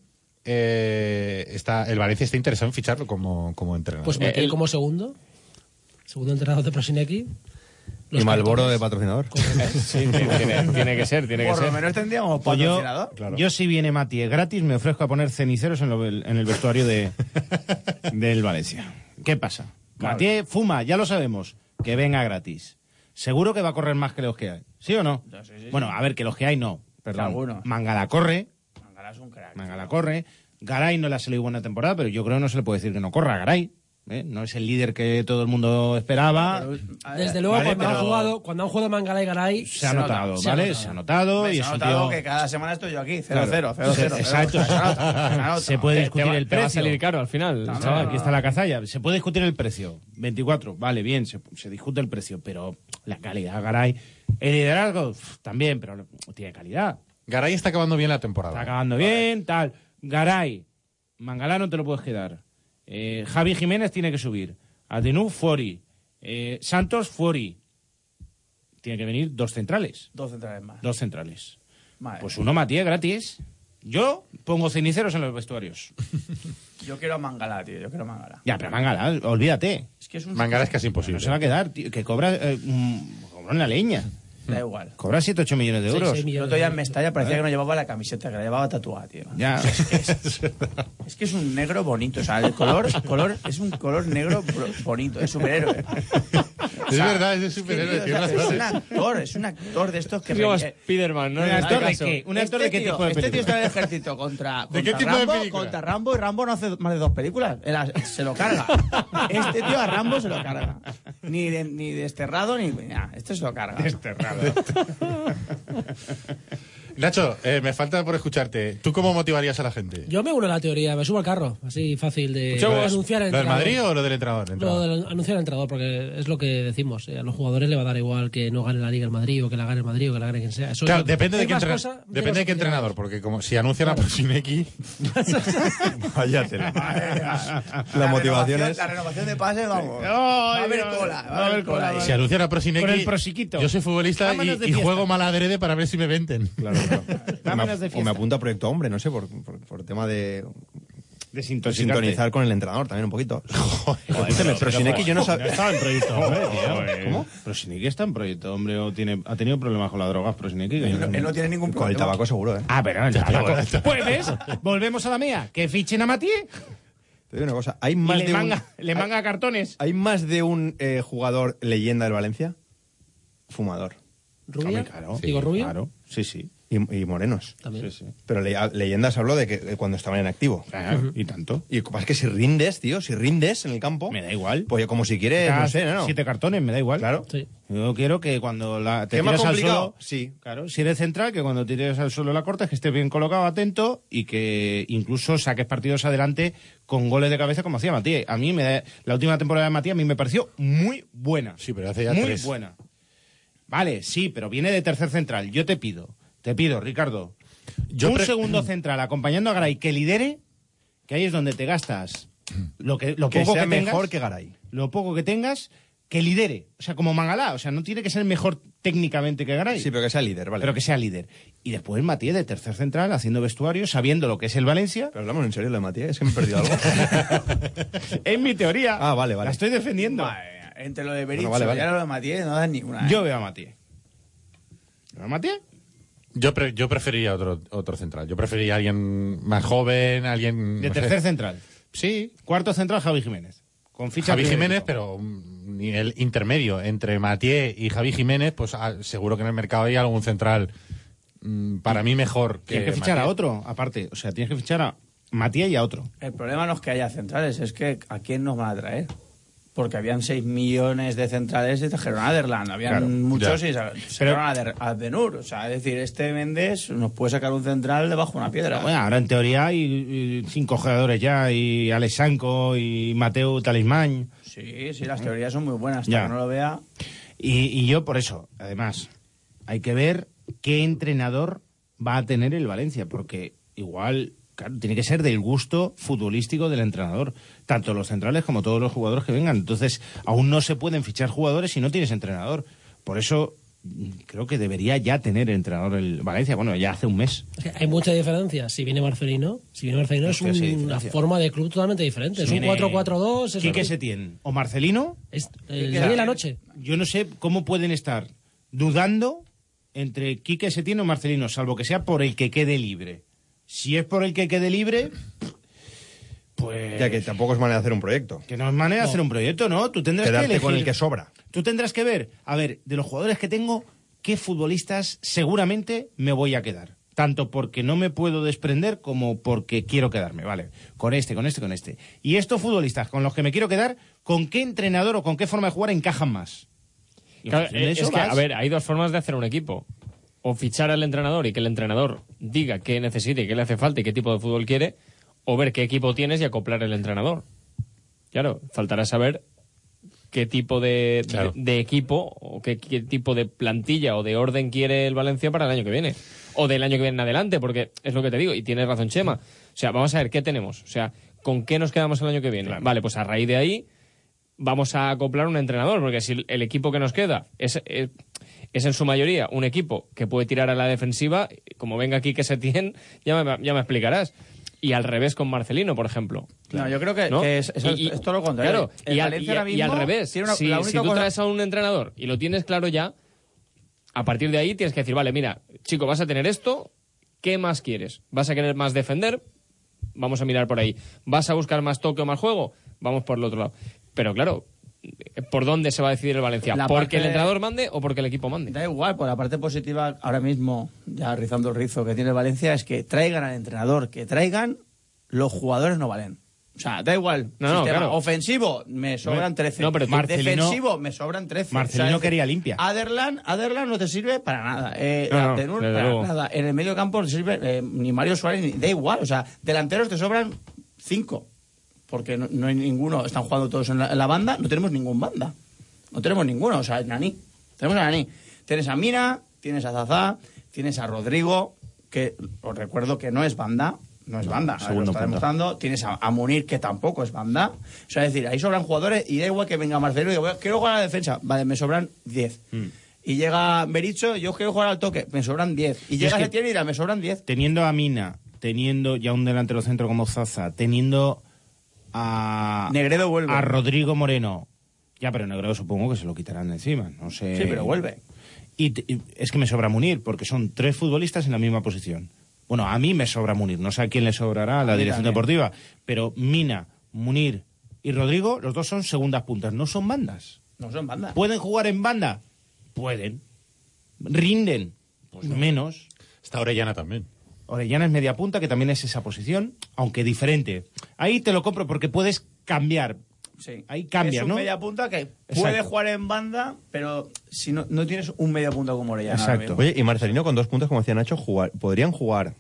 Speaker 3: eh, está, el Valencia está interesado en ficharlo como, como entrenador.
Speaker 8: Pues Matías
Speaker 5: el-
Speaker 8: como segundo. Segundo entrenador de Prosineki.
Speaker 4: Y Malboro de patrocinador.
Speaker 5: Sí, tiene, tiene que ser, tiene que
Speaker 7: Por lo
Speaker 5: ser.
Speaker 7: menos tendríamos
Speaker 6: Pues yo,
Speaker 7: patrocinador.
Speaker 6: yo si viene Mati gratis, me ofrezco a poner ceniceros en, lo- en el vestuario de, del Valencia. ¿Qué pasa? Mati fuma, ya lo sabemos, que venga gratis. Seguro que va a correr más que los que hay, ¿sí o no?
Speaker 7: No, sí, sí,
Speaker 6: bueno, a ver, que los que hay no, perdón.
Speaker 7: Alguno.
Speaker 6: Mangala corre,
Speaker 7: Mangala es un crack.
Speaker 6: Mangala corre. Garay no le ha salido buena temporada, pero yo creo que no se le puede decir que no corra a Garay. ¿eh? No es el líder que todo el mundo esperaba.
Speaker 7: Pero, a ver,
Speaker 8: Desde luego,
Speaker 6: Vale,
Speaker 8: cuando, han
Speaker 6: pero-
Speaker 8: jugado, cuando han jugado Mangala y Garay,
Speaker 6: se ha
Speaker 7: se
Speaker 6: notado,
Speaker 7: nota,
Speaker 8: se ha
Speaker 6: ¿vale?
Speaker 8: notado.
Speaker 6: Se ha notado
Speaker 7: Hombre,
Speaker 6: y
Speaker 7: se
Speaker 6: es
Speaker 7: ha
Speaker 6: un
Speaker 7: notado
Speaker 6: tío...
Speaker 7: que cada semana estoy yo aquí, 0-0,
Speaker 6: Claro.
Speaker 7: 0-0.
Speaker 6: Exacto. Se puede discutir
Speaker 5: Te va-
Speaker 6: el
Speaker 5: te va a
Speaker 6: precio.
Speaker 5: salir caro al final.
Speaker 6: No,
Speaker 5: chaval.
Speaker 6: aquí está la cazalla. Se puede discutir el precio. 24, vale, bien, se, se discute el precio, pero la calidad, Garay. El liderazgo, pf, también, pero no tiene calidad.
Speaker 3: Garay está acabando bien la
Speaker 6: Está
Speaker 3: temporada.
Speaker 6: acabando bien, tal. Garay, Mangalá no te lo puedes quedar. Eh, Javi Jiménez tiene que subir. Adenú, Fori. Eh, Santos, Fori. Tiene que venir dos centrales.
Speaker 7: Dos centrales más.
Speaker 6: Dos centrales.
Speaker 7: Madre
Speaker 6: Pues uno, Matías, gratis. Yo pongo ceniceros en los vestuarios.
Speaker 7: Yo quiero a Mangala, tío. Yo quiero a Mangala.
Speaker 6: Ya, pero Mangalá, olvídate.
Speaker 7: Es que es un.
Speaker 3: Mangala es casi
Speaker 6: No
Speaker 3: imposible.
Speaker 6: se va a quedar, tío, que cobra, eh, mm, cobró en la leña.
Speaker 7: Da igual.
Speaker 6: Cobra 7-8 millones de
Speaker 8: Seis,
Speaker 6: euros.
Speaker 8: seis
Speaker 7: El
Speaker 8: millones
Speaker 7: otro día
Speaker 8: de
Speaker 7: en Mestalla parecía que no llevaba la camiseta, que la llevaba tatuada, tío.
Speaker 6: Ya.
Speaker 7: Es que es un negro bonito, o sea, el color, el color es un color negro bro- bonito, es superhéroe.
Speaker 3: Es verdad, es de superhéroe,
Speaker 7: Es que,
Speaker 3: tiene
Speaker 7: tío, o sea,
Speaker 3: razón,
Speaker 7: es un
Speaker 3: ¿eh?
Speaker 7: actor, es un actor de estos que...
Speaker 5: Es como
Speaker 7: eh,
Speaker 5: Spiderman, ¿no?
Speaker 6: Un
Speaker 5: En este
Speaker 6: actor de
Speaker 5: caso.
Speaker 6: qué? ¿Un actor
Speaker 7: este
Speaker 6: de qué
Speaker 7: tío-
Speaker 6: tipo de
Speaker 7: Este tío está
Speaker 6: película?
Speaker 7: en el ejército contra, contra
Speaker 3: qué tipo de
Speaker 7: Rambo,
Speaker 3: película?
Speaker 7: contra Rambo, y Rambo no hace más de dos películas, Él a- se lo carga. Este tío a Rambo se lo carga. Ni, de- ni desterrado, ni... nada, este se lo carga.
Speaker 3: Nacho, eh, me falta por escucharte. ¿Tú cómo motivarías a la gente?
Speaker 8: Yo me uno a la teoría, me subo al carro, así fácil de
Speaker 6: Pues
Speaker 3: ¿Lo de-
Speaker 8: anunciar al
Speaker 3: ¿Lo del
Speaker 8: entrenador.
Speaker 3: Madrid o lo del entrenador?
Speaker 8: Lo
Speaker 3: Entrenador.
Speaker 8: del anunciar al entrenador, porque es lo que decimos. eh, a los jugadores le va a dar igual que no gane la Liga el Madrid o que la gane el Madrid o que la gane quien sea. Eso
Speaker 3: Claro,
Speaker 8: es lo-
Speaker 3: depende de
Speaker 8: es
Speaker 3: qué,
Speaker 8: más
Speaker 3: entrena-
Speaker 8: cosa
Speaker 3: depende de
Speaker 8: los
Speaker 3: qué entrenador, porque como si anuncian a Prosineki,
Speaker 4: Váyatela.
Speaker 7: La
Speaker 4: La motivación
Speaker 7: renovación-
Speaker 4: es...
Speaker 7: La renovación de pases, vamos. va a haber
Speaker 6: Dios,
Speaker 7: cola, va a haber cola. ahí.
Speaker 3: si anuncian a Prosineki,
Speaker 6: Con el prosiquito.
Speaker 3: yo soy futbolista y,
Speaker 6: Vámonos de
Speaker 3: y
Speaker 6: fiesta.
Speaker 3: juego mal adrede para ver si me venden.
Speaker 6: Vámonos de
Speaker 4: o, me,
Speaker 6: fiesta.
Speaker 4: apunta a Proyecto Hombre, no sé, por, por, por tema de
Speaker 6: Desintoxicante.
Speaker 4: sintonizar con el entrenador también un poquito. Joder, Prosineki yo no
Speaker 6: No
Speaker 4: sabía...
Speaker 6: estaba en proyecto, hombre, tío.
Speaker 4: ¿Cómo?
Speaker 6: Prosineki está en proyecto, hombre, o tiene, ha tenido problemas con las drogas, Prosineki.
Speaker 7: Él no- él no tiene ningún
Speaker 4: Con el
Speaker 7: problema.
Speaker 4: tabaco seguro, ¿eh?
Speaker 6: Ah, pero el tabaco. Pues ves, volvemos a la mía, que fichen a Matías
Speaker 4: Te digo una cosa, hay
Speaker 6: y
Speaker 4: más
Speaker 6: le
Speaker 4: de un...
Speaker 6: manga, le manga cartones.
Speaker 4: ¿Hay más de un eh, jugador leyenda del Valencia? Fumador.
Speaker 8: Rubio,
Speaker 6: Hombre, claro.
Speaker 8: digo Rubio,
Speaker 6: Claro, sí, sí.
Speaker 4: Y, y morenos.
Speaker 8: también.
Speaker 4: Pero le- a- leyendas hablo de que de cuando estaban en activo.
Speaker 6: Claro, Ah, Y tanto.
Speaker 4: Y lo que pasa es que si rindes, tío, si rindes en el campo...
Speaker 6: Me da igual.
Speaker 4: Pues como si quieres, no sé, ¿no?
Speaker 6: Siete cartones, me da igual.
Speaker 4: Claro.
Speaker 8: Sí.
Speaker 6: Yo quiero que cuando la, te
Speaker 4: ¿Qué más
Speaker 6: tiras al
Speaker 4: complicado?
Speaker 6: suelo...
Speaker 4: Sí.
Speaker 6: Claro, si eres central, que cuando tires al suelo la cortes, que estés bien colocado, atento y que incluso saques partidos adelante con goles de cabeza como hacía Matías. A mí me da- la última temporada de Matías a mí me pareció muy buena.
Speaker 3: Sí, pero hace ya
Speaker 6: Muy
Speaker 3: tres.
Speaker 6: buena. Vale, sí, pero viene de tercer central. Yo te pido, te pido, Ricardo,
Speaker 3: Yo
Speaker 6: un
Speaker 3: pre-
Speaker 6: segundo central acompañando a Garay que lidere, que ahí es donde te gastas Lo, que, lo
Speaker 4: Que
Speaker 6: poco
Speaker 4: sea
Speaker 6: que tengas-
Speaker 4: mejor que Garay.
Speaker 6: Lo poco que tengas, que lidere. O sea, como Mangalá. O sea, no tiene que ser mejor técnicamente que Garay.
Speaker 4: Sí, pero que sea líder, vale.
Speaker 6: Pero que sea líder. Y después Matías de tercer central, haciendo vestuario, sabiendo lo que es el Valencia.
Speaker 4: Pero hablamos en serio lo de Matías, es que me he perdido algo.
Speaker 6: Es mi teoría.
Speaker 4: Ah, vale, vale.
Speaker 6: La estoy defendiendo.
Speaker 7: Madre mía, Entre lo de Berizzo
Speaker 4: vale, vale.
Speaker 7: y ahora lo de Matías no dan ninguna. ¿eh?
Speaker 6: Yo veo a Matías. ¿Yo veo a Matías?
Speaker 3: Yo, pre- yo preferiría otro, otro central. Yo preferiría alguien más joven, alguien.
Speaker 6: De
Speaker 4: Pues
Speaker 3: no sé.
Speaker 6: tercer central.
Speaker 3: Sí,
Speaker 6: Cuarto central, Javi Jiménez. Con ficha
Speaker 3: Javi
Speaker 6: de-
Speaker 3: Jiménez, pero un nivel intermedio entre Matié y Javi Jiménez, pues ah, seguro que en el mercado hay algún central mm, para mí mejor que.
Speaker 6: Tienes que fichar a
Speaker 3: Matié.
Speaker 6: otro, aparte. O sea, tienes que fichar a Matías y a otro.
Speaker 7: El problema no es que haya centrales, es que ¿a quién nos van a traer? Porque habían 6 millones de centrales y trajeron a Derland. Habían
Speaker 6: Claro,
Speaker 7: muchos
Speaker 3: ya.
Speaker 7: y sa- sacaron a, Der- a Benur. O sea, es decir, este Méndez nos puede sacar un central debajo de una
Speaker 4: Ah.
Speaker 7: piedra.
Speaker 6: Bueno, ahora en teoría hay eh, cinco jugadores ya, y Alex Sanco, y Mateo Talismán.
Speaker 7: Sí, sí, las teorías son muy buenas. Hasta
Speaker 6: Ya.
Speaker 7: que no lo vea.
Speaker 6: Y, y yo por eso, además, hay que ver qué entrenador va a tener el Valencia, porque igual, claro, tiene que ser del gusto futbolístico del entrenador, tanto los centrales como todos los jugadores que vengan. Entonces, aún no se pueden fichar jugadores si no tienes entrenador. Por eso mm, creo que debería ya tener entrenador el Valencia, bueno, ya hace un mes.
Speaker 8: Es que hay mucha diferencia. Si viene Marcelino, si viene Marcelino es,
Speaker 6: Es que sí,
Speaker 8: un- una
Speaker 6: diferencia.
Speaker 8: forma de club totalmente diferente. es un
Speaker 6: Viene
Speaker 8: 4-4-2. Es,
Speaker 6: Quique Setién o Marcelino,
Speaker 8: es el día y la noche.
Speaker 6: yo no sé cómo pueden estar dudando entre Quique Setién o Marcelino, salvo que sea por el que quede libre. Si es por el que quede libre, pues
Speaker 4: ya que tampoco es manera de hacer un proyecto.
Speaker 6: que no es manera de hacer un proyecto, ¿no? Tú tendrás que
Speaker 4: Quedarte
Speaker 6: elegir.
Speaker 4: con el que sobra.
Speaker 6: Tú tendrás que ver, a ver, de los jugadores que tengo, qué futbolistas seguramente me voy a quedar. Tanto porque no me puedo desprender como porque quiero quedarme, ¿vale? Con este, con este, con este. Y estos futbolistas con los que me quiero quedar, ¿con qué entrenador o con qué forma de jugar encajan más? Y en
Speaker 5: Claro, eh,
Speaker 6: función de
Speaker 5: es
Speaker 6: eso
Speaker 5: que,
Speaker 6: vas.
Speaker 5: a ver, hay dos formas de hacer un equipo. O fichar al entrenador y que el entrenador diga qué necesita y qué le hace falta y qué tipo de fútbol quiere, o ver qué equipo tienes y acoplar el entrenador. Claro, faltará saber qué tipo de,
Speaker 3: Claro.
Speaker 5: de, de equipo o qué, qué tipo de plantilla o de orden quiere el Valencia para el año que viene. O del año que viene en adelante, porque es lo que te digo, y tienes razón Chema. O sea, vamos a ver qué tenemos. O sea, ¿con qué nos quedamos el año que viene? Vale, pues a raíz de ahí vamos a acoplar un entrenador, porque si el equipo que nos queda es, es, es en su mayoría un equipo que puede tirar a la defensiva, como venga aquí que se tiene, ya me, ya me explicarás. Y al revés con Marcelino, por ejemplo.
Speaker 7: No, yo creo que,
Speaker 5: ¿no?
Speaker 7: que es, es-
Speaker 5: Y- y-
Speaker 7: es todo lo contrario.
Speaker 5: Claro,
Speaker 7: El
Speaker 5: y, al,
Speaker 7: Valencia
Speaker 5: y-
Speaker 7: ahora
Speaker 5: y al
Speaker 7: mismo
Speaker 5: revés.
Speaker 7: tiene una-
Speaker 5: si,
Speaker 7: la
Speaker 5: si
Speaker 7: única
Speaker 5: tú
Speaker 7: cosa-
Speaker 5: traes a un entrenador y lo tienes claro ya, a partir de ahí tienes que decir, vale, mira, chico, vas a tener esto, ¿qué más quieres? ¿Vas a querer más defender? Vamos a mirar por ahí. ¿Vas a buscar más toque o más juego? Vamos por el otro lado. Pero claro, ¿por dónde se va a decidir el Valencia?
Speaker 7: La
Speaker 5: ¿Porque
Speaker 7: parte-
Speaker 5: el entrenador mande o porque el equipo mande?
Speaker 7: Da igual, por la parte positiva ahora mismo, ya rizando el rizo que tiene el Valencia, es que traigan al entrenador, que traigan, los jugadores no valen. O sea, da igual.
Speaker 5: No, no,
Speaker 7: Sistema
Speaker 5: claro.
Speaker 7: Ofensivo, me sobran 13.
Speaker 5: no, pero tú-
Speaker 6: Marcelino-
Speaker 7: Defensivo, me sobran 13.
Speaker 6: Marcelino quería limpia.
Speaker 7: Aderlan, no te sirve para nada. Eh,
Speaker 5: No, no,
Speaker 7: Atenur,
Speaker 5: desde
Speaker 7: para
Speaker 5: luego.
Speaker 7: nada. En el medio campo no te sirve eh, ni Mario Suárez, ni, da igual. O sea, delanteros te sobran 5. Porque no, no hay ninguno. Están jugando todos en la, en la banda. No tenemos ningún banda. No tenemos ninguno, o sea, Nani. Tenemos a Nani. Tienes a Mina, tienes a Zazá, tienes a Rodrigo, que os recuerdo que no es banda. No es banda, ahora lo
Speaker 6: segundo
Speaker 7: está
Speaker 6: punta.
Speaker 7: demostrando. Tienes a, a Munir, que tampoco es banda. O sea, es decir, ahí sobran jugadores y da igual que venga Marcelo y digo, quiero jugar a la defensa. Vale, me sobran 10. Y llega Bericho, yo quiero jugar al toque, me sobran 10. Y,
Speaker 6: es
Speaker 7: llega
Speaker 6: que-
Speaker 7: Setién y dirá, me sobran 10.
Speaker 6: teniendo a Mina, teniendo ya un delantero centro como Zaza, teniendo a
Speaker 7: Negredo vuelve.
Speaker 6: Ah. a Rodrigo Moreno. Ya, pero Negredo supongo que se lo quitarán de encima, no sé.
Speaker 7: Sí, pero vuelve.
Speaker 6: Y, te- y es que me sobra Munir porque son tres futbolistas en la misma posición. Bueno, a mí me sobra Munir, no sé a quién le sobrará a la
Speaker 7: mí
Speaker 6: dirección
Speaker 7: también.
Speaker 6: deportiva, pero Mina, Munir y Rodrigo, los dos son segundas puntas, no son bandas.
Speaker 7: No son banda.
Speaker 6: ¿Pueden jugar en banda? Pueden. ¿Rinden? Pues menos.
Speaker 3: Está Orellana también.
Speaker 6: Orellana es media punta, que también es esa posición, aunque diferente. Ahí te lo compro porque puedes cambiar.
Speaker 7: Sí.
Speaker 6: Ahí cambia,
Speaker 7: es un
Speaker 6: ¿no?
Speaker 7: media punta que puede
Speaker 6: Exacto.
Speaker 7: jugar en banda, pero si no, no tienes un media punta como Orellana. ahora
Speaker 6: Exacto.
Speaker 7: mismo.
Speaker 4: Oye, y Marcelino con dos puntos, como decía Nacho, jugar, podrían jugar,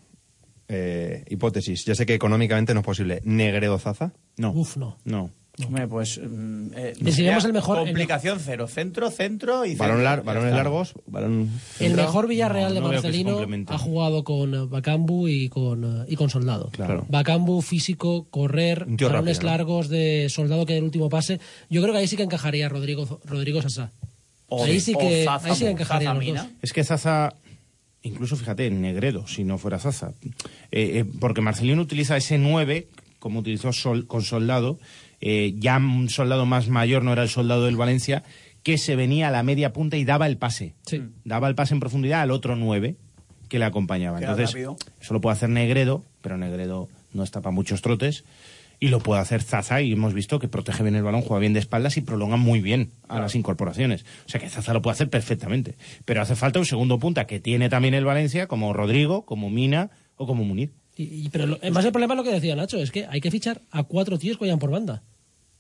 Speaker 4: eh, hipótesis, ya sé que económicamente no es posible, Negredo Zaza.
Speaker 6: No.
Speaker 8: Uf, no.
Speaker 6: No.
Speaker 7: Hombre, pues. mm, eh,
Speaker 8: Diseñamos
Speaker 7: sería
Speaker 8: el mejor- el
Speaker 7: Complicación cero. Centro, centro y.
Speaker 4: Balón
Speaker 7: centro.
Speaker 4: lar- balones
Speaker 7: Ya está.
Speaker 4: largos, balón...
Speaker 8: El mejor Villarreal
Speaker 6: No,
Speaker 8: de
Speaker 6: no veo que se
Speaker 8: Marcelino
Speaker 6: complementen.
Speaker 8: ha jugado con eh, Bacambu y con, eh, y con Soldado.
Speaker 4: Claro.
Speaker 8: Bacambu físico, correr,
Speaker 4: Un tío
Speaker 8: balones
Speaker 4: rápido, ¿no?
Speaker 8: largos de Soldado que en el último pase. Yo creo que ahí sí que encajaría Rodrigo, Rodrigo Sasá.
Speaker 7: O-
Speaker 8: ahí sí que,
Speaker 7: o Zaza-
Speaker 8: ahí sí que encajaría. los
Speaker 7: Zazamina.
Speaker 8: dos.
Speaker 6: Es que Zaza, incluso fíjate, en Negredo, si no fuera Zaza, eh, eh, porque Marcelino utiliza ese 9, como utilizó Sol- con Soldado, eh, ya un soldado más mayor, no era el soldado del Valencia, que se venía a la media punta y daba el pase.
Speaker 8: Sí.
Speaker 6: Daba el pase en profundidad al otro 9 que le acompañaba.
Speaker 7: Que era
Speaker 6: Entonces,
Speaker 7: rápido.
Speaker 6: eso lo puede hacer Negredo, pero Negredo no está para muchos trotes. Y lo puede hacer Zaza, y hemos visto que protege bien el balón, juega bien de espaldas y prolonga muy bien a las incorporaciones. O sea que Zaza lo puede hacer perfectamente. Pero hace falta un segundo punta que tiene también el Valencia, como Rodrigo, como Mina o como Munir.
Speaker 8: Y- y- pero lo- en base al problema es lo que decía Nacho, es que hay que fichar a cuatro tíos que vayan por banda.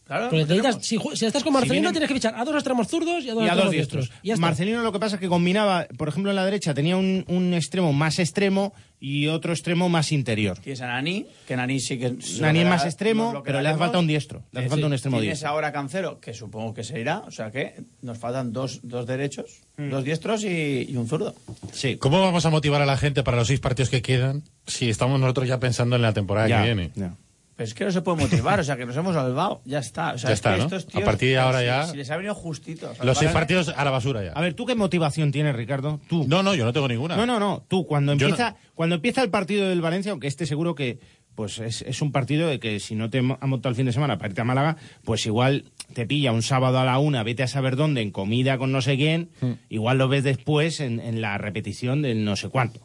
Speaker 7: Claro,
Speaker 6: Ah,
Speaker 8: Porque
Speaker 7: no
Speaker 8: te necesitas-
Speaker 7: tenemos.
Speaker 8: si, ju- si estás con Marcelino
Speaker 6: vienen-
Speaker 8: tienes que fichar a dos extremos zurdos y a dos,
Speaker 6: Y a dos
Speaker 8: extremos
Speaker 6: diestros.
Speaker 8: Y ya está.
Speaker 6: Marcelino lo que pasa es que combinaba, por ejemplo, en la derecha tenía un, un extremo más extremo y otro extremo más interior.
Speaker 7: Tienes a Nani, que Nani sí que.
Speaker 6: Nani es más
Speaker 7: lo
Speaker 6: extremo,
Speaker 7: que
Speaker 6: pero le hace
Speaker 7: haremos.
Speaker 6: falta un diestro. Le hace
Speaker 7: Eh,
Speaker 6: falta
Speaker 7: sí.
Speaker 6: un extremo
Speaker 7: Tienes
Speaker 6: diestro.
Speaker 7: ahora a Cancelo, que supongo que se irá. O sea que nos faltan dos, dos derechos,
Speaker 6: Mm.
Speaker 7: dos diestros y, y un zurdo.
Speaker 6: Sí.
Speaker 3: ¿Cómo vamos a motivar a la gente para los seis partidos que quedan si estamos nosotros ya pensando en la temporada
Speaker 6: Ya,
Speaker 3: que viene?
Speaker 6: ya.
Speaker 7: Pero es que no se puede motivar, o sea que nos hemos salvado. Ya está. O sea,
Speaker 3: Ya
Speaker 7: es
Speaker 3: está,
Speaker 7: que
Speaker 3: ¿no?
Speaker 7: estos
Speaker 3: A
Speaker 7: tíos,
Speaker 3: partir de ahora
Speaker 7: si-
Speaker 3: ya-
Speaker 7: Si les ha venido justito. o sea,
Speaker 3: Los seis
Speaker 7: para-
Speaker 3: partidos a la basura ya.
Speaker 6: A ver, ¿tú qué motivación tienes, Ricardo? Tú.
Speaker 3: No, no, yo no tengo ninguna.
Speaker 6: No, no, no. Tú, cuando
Speaker 3: Yo
Speaker 6: empieza,
Speaker 3: no-
Speaker 6: cuando empieza el partido del Valencia, aunque este seguro que pues es, es un partido de que si no te mo- ha montado el fin de semana para irte a Málaga, pues igual te pilla un sábado a la una, vete a saber dónde, en comida con no sé quién,
Speaker 7: Hmm.
Speaker 6: igual lo ves después en, en la repetición del no sé cuánto.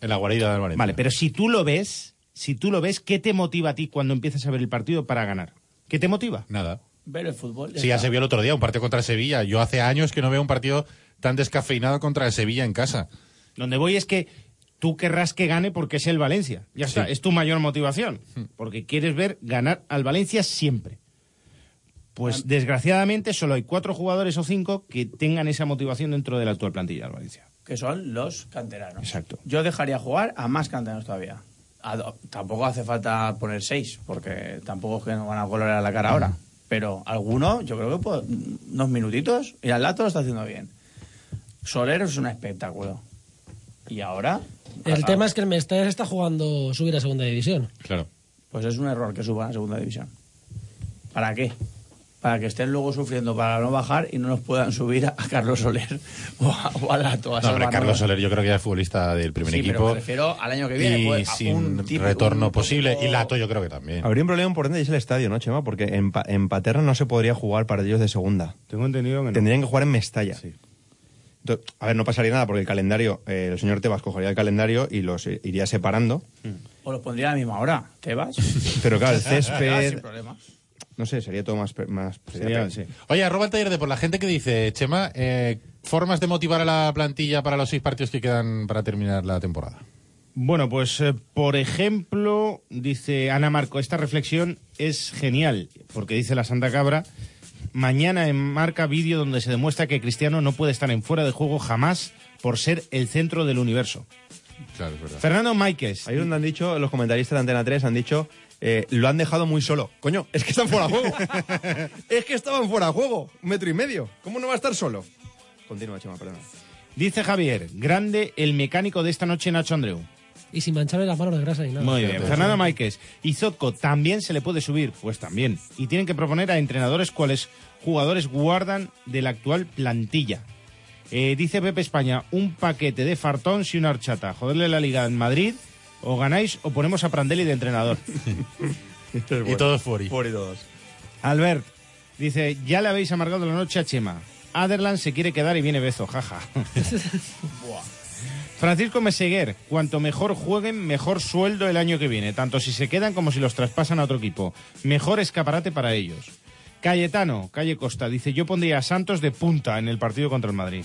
Speaker 3: En la guarida del Valencia.
Speaker 6: Vale, pero si tú lo ves, si tú lo ves, ¿qué te motiva a ti cuando empiezas a ver el partido para ganar? ¿Qué te motiva?
Speaker 3: Nada.
Speaker 7: Ver el fútbol.
Speaker 3: Sí, ya se vio el otro día, un partido contra el Sevilla. Yo hace años que no veo un partido tan descafeinado contra el Sevilla en casa.
Speaker 6: Donde voy es que tú querrás que gane porque es el Valencia. Ya está,
Speaker 3: Sí.
Speaker 6: es tu mayor motivación.
Speaker 4: Hmm.
Speaker 6: Porque quieres ver ganar al Valencia siempre. Pues desgraciadamente solo hay cuatro jugadores o cinco que tengan esa motivación dentro de la actual plantilla del Valencia.
Speaker 7: que son los canteranos.
Speaker 6: Exacto.
Speaker 7: Yo dejaría jugar a más canteranos todavía. A do- tampoco hace falta poner seis, porque tampoco es que nos van a colorear la cara ahora. Pero alguno, yo creo que pues, unos minutitos, y al lato lo está haciendo bien. Soler es un espectáculo. Y ahora...
Speaker 8: El tema es que el Mestalla está jugando subir a segunda división.
Speaker 3: Claro.
Speaker 7: Pues es un error que suban a segunda división. ¿Para qué? Para que estén luego sufriendo para no bajar y no nos puedan subir a, a Carlos Soler o a, o a Lato. a
Speaker 3: No, hombre,
Speaker 7: Salvador.
Speaker 3: Carlos Soler yo creo que ya es futbolista del primer
Speaker 7: ¿eh? Sí,
Speaker 3: equipo.
Speaker 7: pero me refiero al año que viene,
Speaker 3: Y
Speaker 7: pues, a
Speaker 3: sin
Speaker 7: un tipo-
Speaker 3: retorno
Speaker 7: un
Speaker 3: posible.
Speaker 7: poco-
Speaker 3: Y Lato yo creo que también.
Speaker 4: Habría un problema importante y es el estadio, ¿no, Chema? Porque en, Pa- en Paterna no se podría jugar partidos de segunda.
Speaker 6: Tengo entendido que
Speaker 4: Tendrían que jugar en Mestalla. Entonces, a ver, no pasaría nada porque el calendario, eh, el señor Tebas cogería el calendario y los i- iría separando.
Speaker 7: O los pondría a la misma hora. ¿Te vas?
Speaker 4: Pero claro, el
Speaker 7: Ah, sin
Speaker 4: césped,
Speaker 7: problema.
Speaker 4: no sé, sería todo más... pe- más pues,
Speaker 6: Sería- sí.
Speaker 3: Oye, arroba el taller de por la gente que dice, Chema, eh, formas de motivar a la plantilla para los seis partidos que quedan para terminar la temporada.
Speaker 6: Bueno, pues eh, por ejemplo, dice Ana Marco, esta reflexión es genial, porque dice la Santa Cabra, mañana en Marca vídeo donde se demuestra que Cristiano no puede estar en fuera de juego jamás por ser el centro del universo.
Speaker 3: Claro, es verdad.
Speaker 6: Fernando Máiquez.
Speaker 4: Ahí donde han dicho, los comentaristas de Antena 3 han dicho, eh, lo han dejado muy solo. Coño, es que están fuera de juego. es que estaban fuera de juego. Un metro y medio. ¿Cómo no va a estar solo? Continúa, Chema, perdón.
Speaker 6: Dice Javier, grande el mecánico de esta noche Nacho Andreu.
Speaker 8: Y sin mancharle las manos de grasa ni nada.
Speaker 6: Muy bien. pues Fernando Máiquez. Y Zotko también se le puede subir. Pues también. Y tienen que proponer a entrenadores cuáles jugadores guardan de la actual plantilla. Eh, dice Pepe España, un paquete de fartón y una horchata. Joderle la liga en Madrid, o ganáis o ponemos a Prandelli de entrenador.
Speaker 3: Y todos fuori.
Speaker 4: Fuera y todos.
Speaker 6: Albert dice, ya le habéis amargado la noche a Chema. Aderland se quiere quedar y viene Bezo, jaja. Buah. Francisco Meseguer, cuanto mejor jueguen, mejor sueldo el año que viene, tanto si se quedan como si los traspasan a otro equipo. Mejor escaparate para ellos. Cayetano, Calle Costa, dice, yo pondría a Santos de punta en el partido contra el Madrid.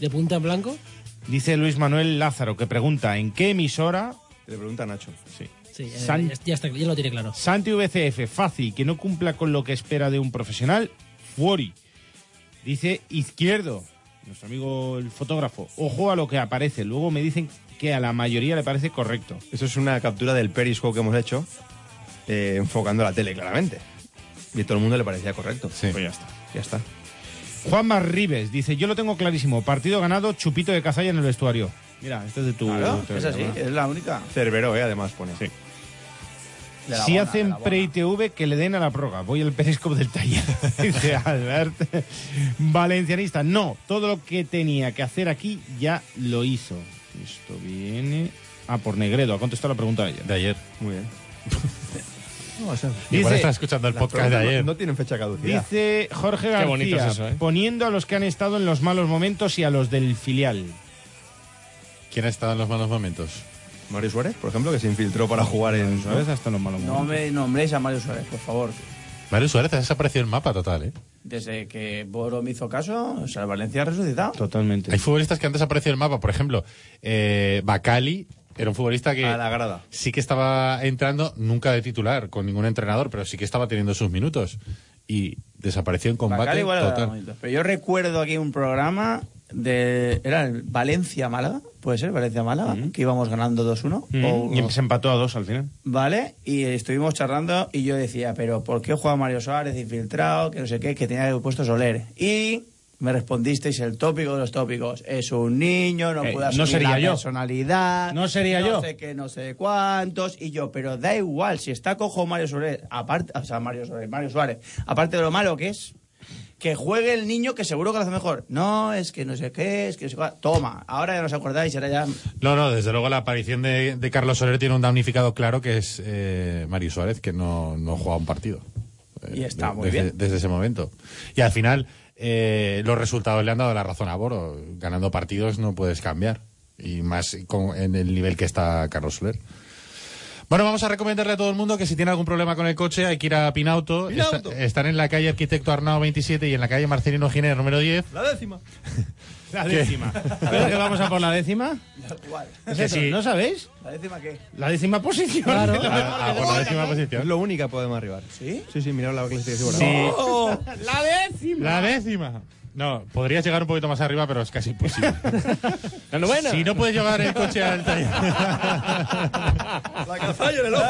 Speaker 8: De punta en blanco.
Speaker 6: Dice Luis Manuel Lázaro, que pregunta, ¿en qué emisora?
Speaker 4: Le pregunta a Nacho.
Speaker 6: Sí.
Speaker 8: Sí, eh,
Speaker 6: San-
Speaker 8: ya, ya está, ya lo tiene claro.
Speaker 6: Santi VCF, fácil, que no cumpla con lo que espera de un profesional, fuori. Dice Izquierdo, nuestro amigo el fotógrafo, ojo a lo que aparece, luego me dicen que a la mayoría le parece correcto.
Speaker 4: Eso es una captura del Periscope que hemos hecho, eh, enfocando la tele, claramente. Y todo el mundo le parecía correcto.
Speaker 3: Sí.
Speaker 4: Pues ya está, ya está.
Speaker 6: Juanma Rives dice, yo lo tengo clarísimo, partido ganado, chupito de cazalla en el vestuario. Mira, este es de tu...
Speaker 7: Claro,
Speaker 6: teoría,
Speaker 7: es así,
Speaker 6: ¿verdad?
Speaker 7: es la única.
Speaker 4: Cervero, eh, además pone. Sí.
Speaker 7: De la
Speaker 6: Si
Speaker 7: buena, de
Speaker 6: hacen
Speaker 7: la buena.
Speaker 6: pre-ITV, que le den a la proga. Voy al periscope del taller. Dice Albert. Valencianista. No, todo lo que tenía que hacer aquí ya lo hizo. Esto viene... Ah, por Negredo. Ha contestado la pregunta de ayer.
Speaker 3: De ayer.
Speaker 4: Muy bien.
Speaker 3: Igual
Speaker 6: Dice-
Speaker 3: estás escuchando el
Speaker 4: Las
Speaker 3: podcast de
Speaker 4: preguntas no-
Speaker 3: ayer.
Speaker 4: No, tienen fecha caducidad.
Speaker 6: Dice Jorge
Speaker 5: Qué bonito
Speaker 6: García,
Speaker 5: es eso, ¿eh?
Speaker 6: poniendo a los que han estado en los malos momentos y a los del filial.
Speaker 3: ¿Quién ha estado en los malos momentos?
Speaker 4: Mario Suárez, por ejemplo, que se infiltró para jugar en.
Speaker 6: ¿Sabes? Hasta en los malos
Speaker 7: No
Speaker 6: momentos.
Speaker 7: me nombréis a Mario Suárez, por favor.
Speaker 3: Mario Suárez ha desaparecido el mapa total, ¿eh?
Speaker 7: Desde que Boro me hizo caso, o sea, el Valencia ha resucitado.
Speaker 6: Totalmente.
Speaker 3: Hay futbolistas que han desaparecido del mapa. Por ejemplo, eh, Bacali era un futbolista que
Speaker 4: A la grada.
Speaker 3: sí que estaba entrando, nunca de titular, con ningún entrenador, pero sí que estaba teniendo sus minutos. Y desapareció en combate
Speaker 7: Bacala igual era
Speaker 3: total.
Speaker 7: bonito. Pero yo recuerdo aquí un programa de. ¿Era el Valencia-Málaga? ¿Puede ser Valencia-Málaga? Que íbamos ganando 2-1.
Speaker 6: Mm,
Speaker 5: oh,
Speaker 7: o-
Speaker 6: Y se empató a dos al final.
Speaker 7: ¿Vale? Y estuvimos charlando y yo decía, pero ¿por qué juega Mario Suárez infiltrado? Que no sé qué, que tenía que haber puesto Soler. Y me respondisteis el tópico de los tópicos. Es un niño, no
Speaker 6: Eh,
Speaker 7: puede
Speaker 6: no
Speaker 7: asumir
Speaker 6: sería
Speaker 7: la
Speaker 6: yo.
Speaker 7: personalidad.
Speaker 6: No sería yo.
Speaker 7: No sé qué, no sé cuántos. Y yo, pero da igual, si está cojo Mario Suárez, aparte, o sea, Mario Suárez, Mario Suárez, aparte de lo malo que es, que juegue el niño que seguro que lo hace mejor. No, es que no sé qué, es que no sé cuá- Toma, ahora ya nos acordáis, ahora ya...
Speaker 3: No, no, desde luego la aparición de, de Carlos Soler tiene un damnificado claro que es eh, Mario Suárez, que no, no juega un partido. Eh,
Speaker 7: Y está muy
Speaker 3: desde,
Speaker 7: bien.
Speaker 3: Desde ese momento. Y al final, eh, los resultados le han dado la razón a Boro. Ganando partidos no puedes cambiar. Y más con- en el nivel que está Carlos Soler. Bueno, vamos a recomendarle a todo el mundo que si tiene algún problema con el coche hay que ir a Pinauto. Está-
Speaker 4: Pinauto.
Speaker 3: están en la calle Arquitecto Arnao 27 y en la calle Marcelino Giner número 10.
Speaker 4: La décima.
Speaker 6: La décima. ¿Pero que vamos a por la décima?
Speaker 7: ¿Cuál?
Speaker 6: ¿Es eso? ¿No sabéis?
Speaker 7: ¿La décima qué?
Speaker 6: La décima posición.
Speaker 3: A- a- a por Ah, la décima
Speaker 4: Es
Speaker 3: posición.
Speaker 4: lo única que podemos arribar.
Speaker 7: ¿Sí?
Speaker 4: Sí, sí, mirad la clasificación. por
Speaker 3: Sí.
Speaker 4: abajo.
Speaker 6: La décima.
Speaker 3: La décima. No, podrías llegar un poquito más arriba, pero es casi imposible.
Speaker 5: La novena.
Speaker 3: Si no puedes llevar el coche al taller.
Speaker 4: La cazalla en el ojo.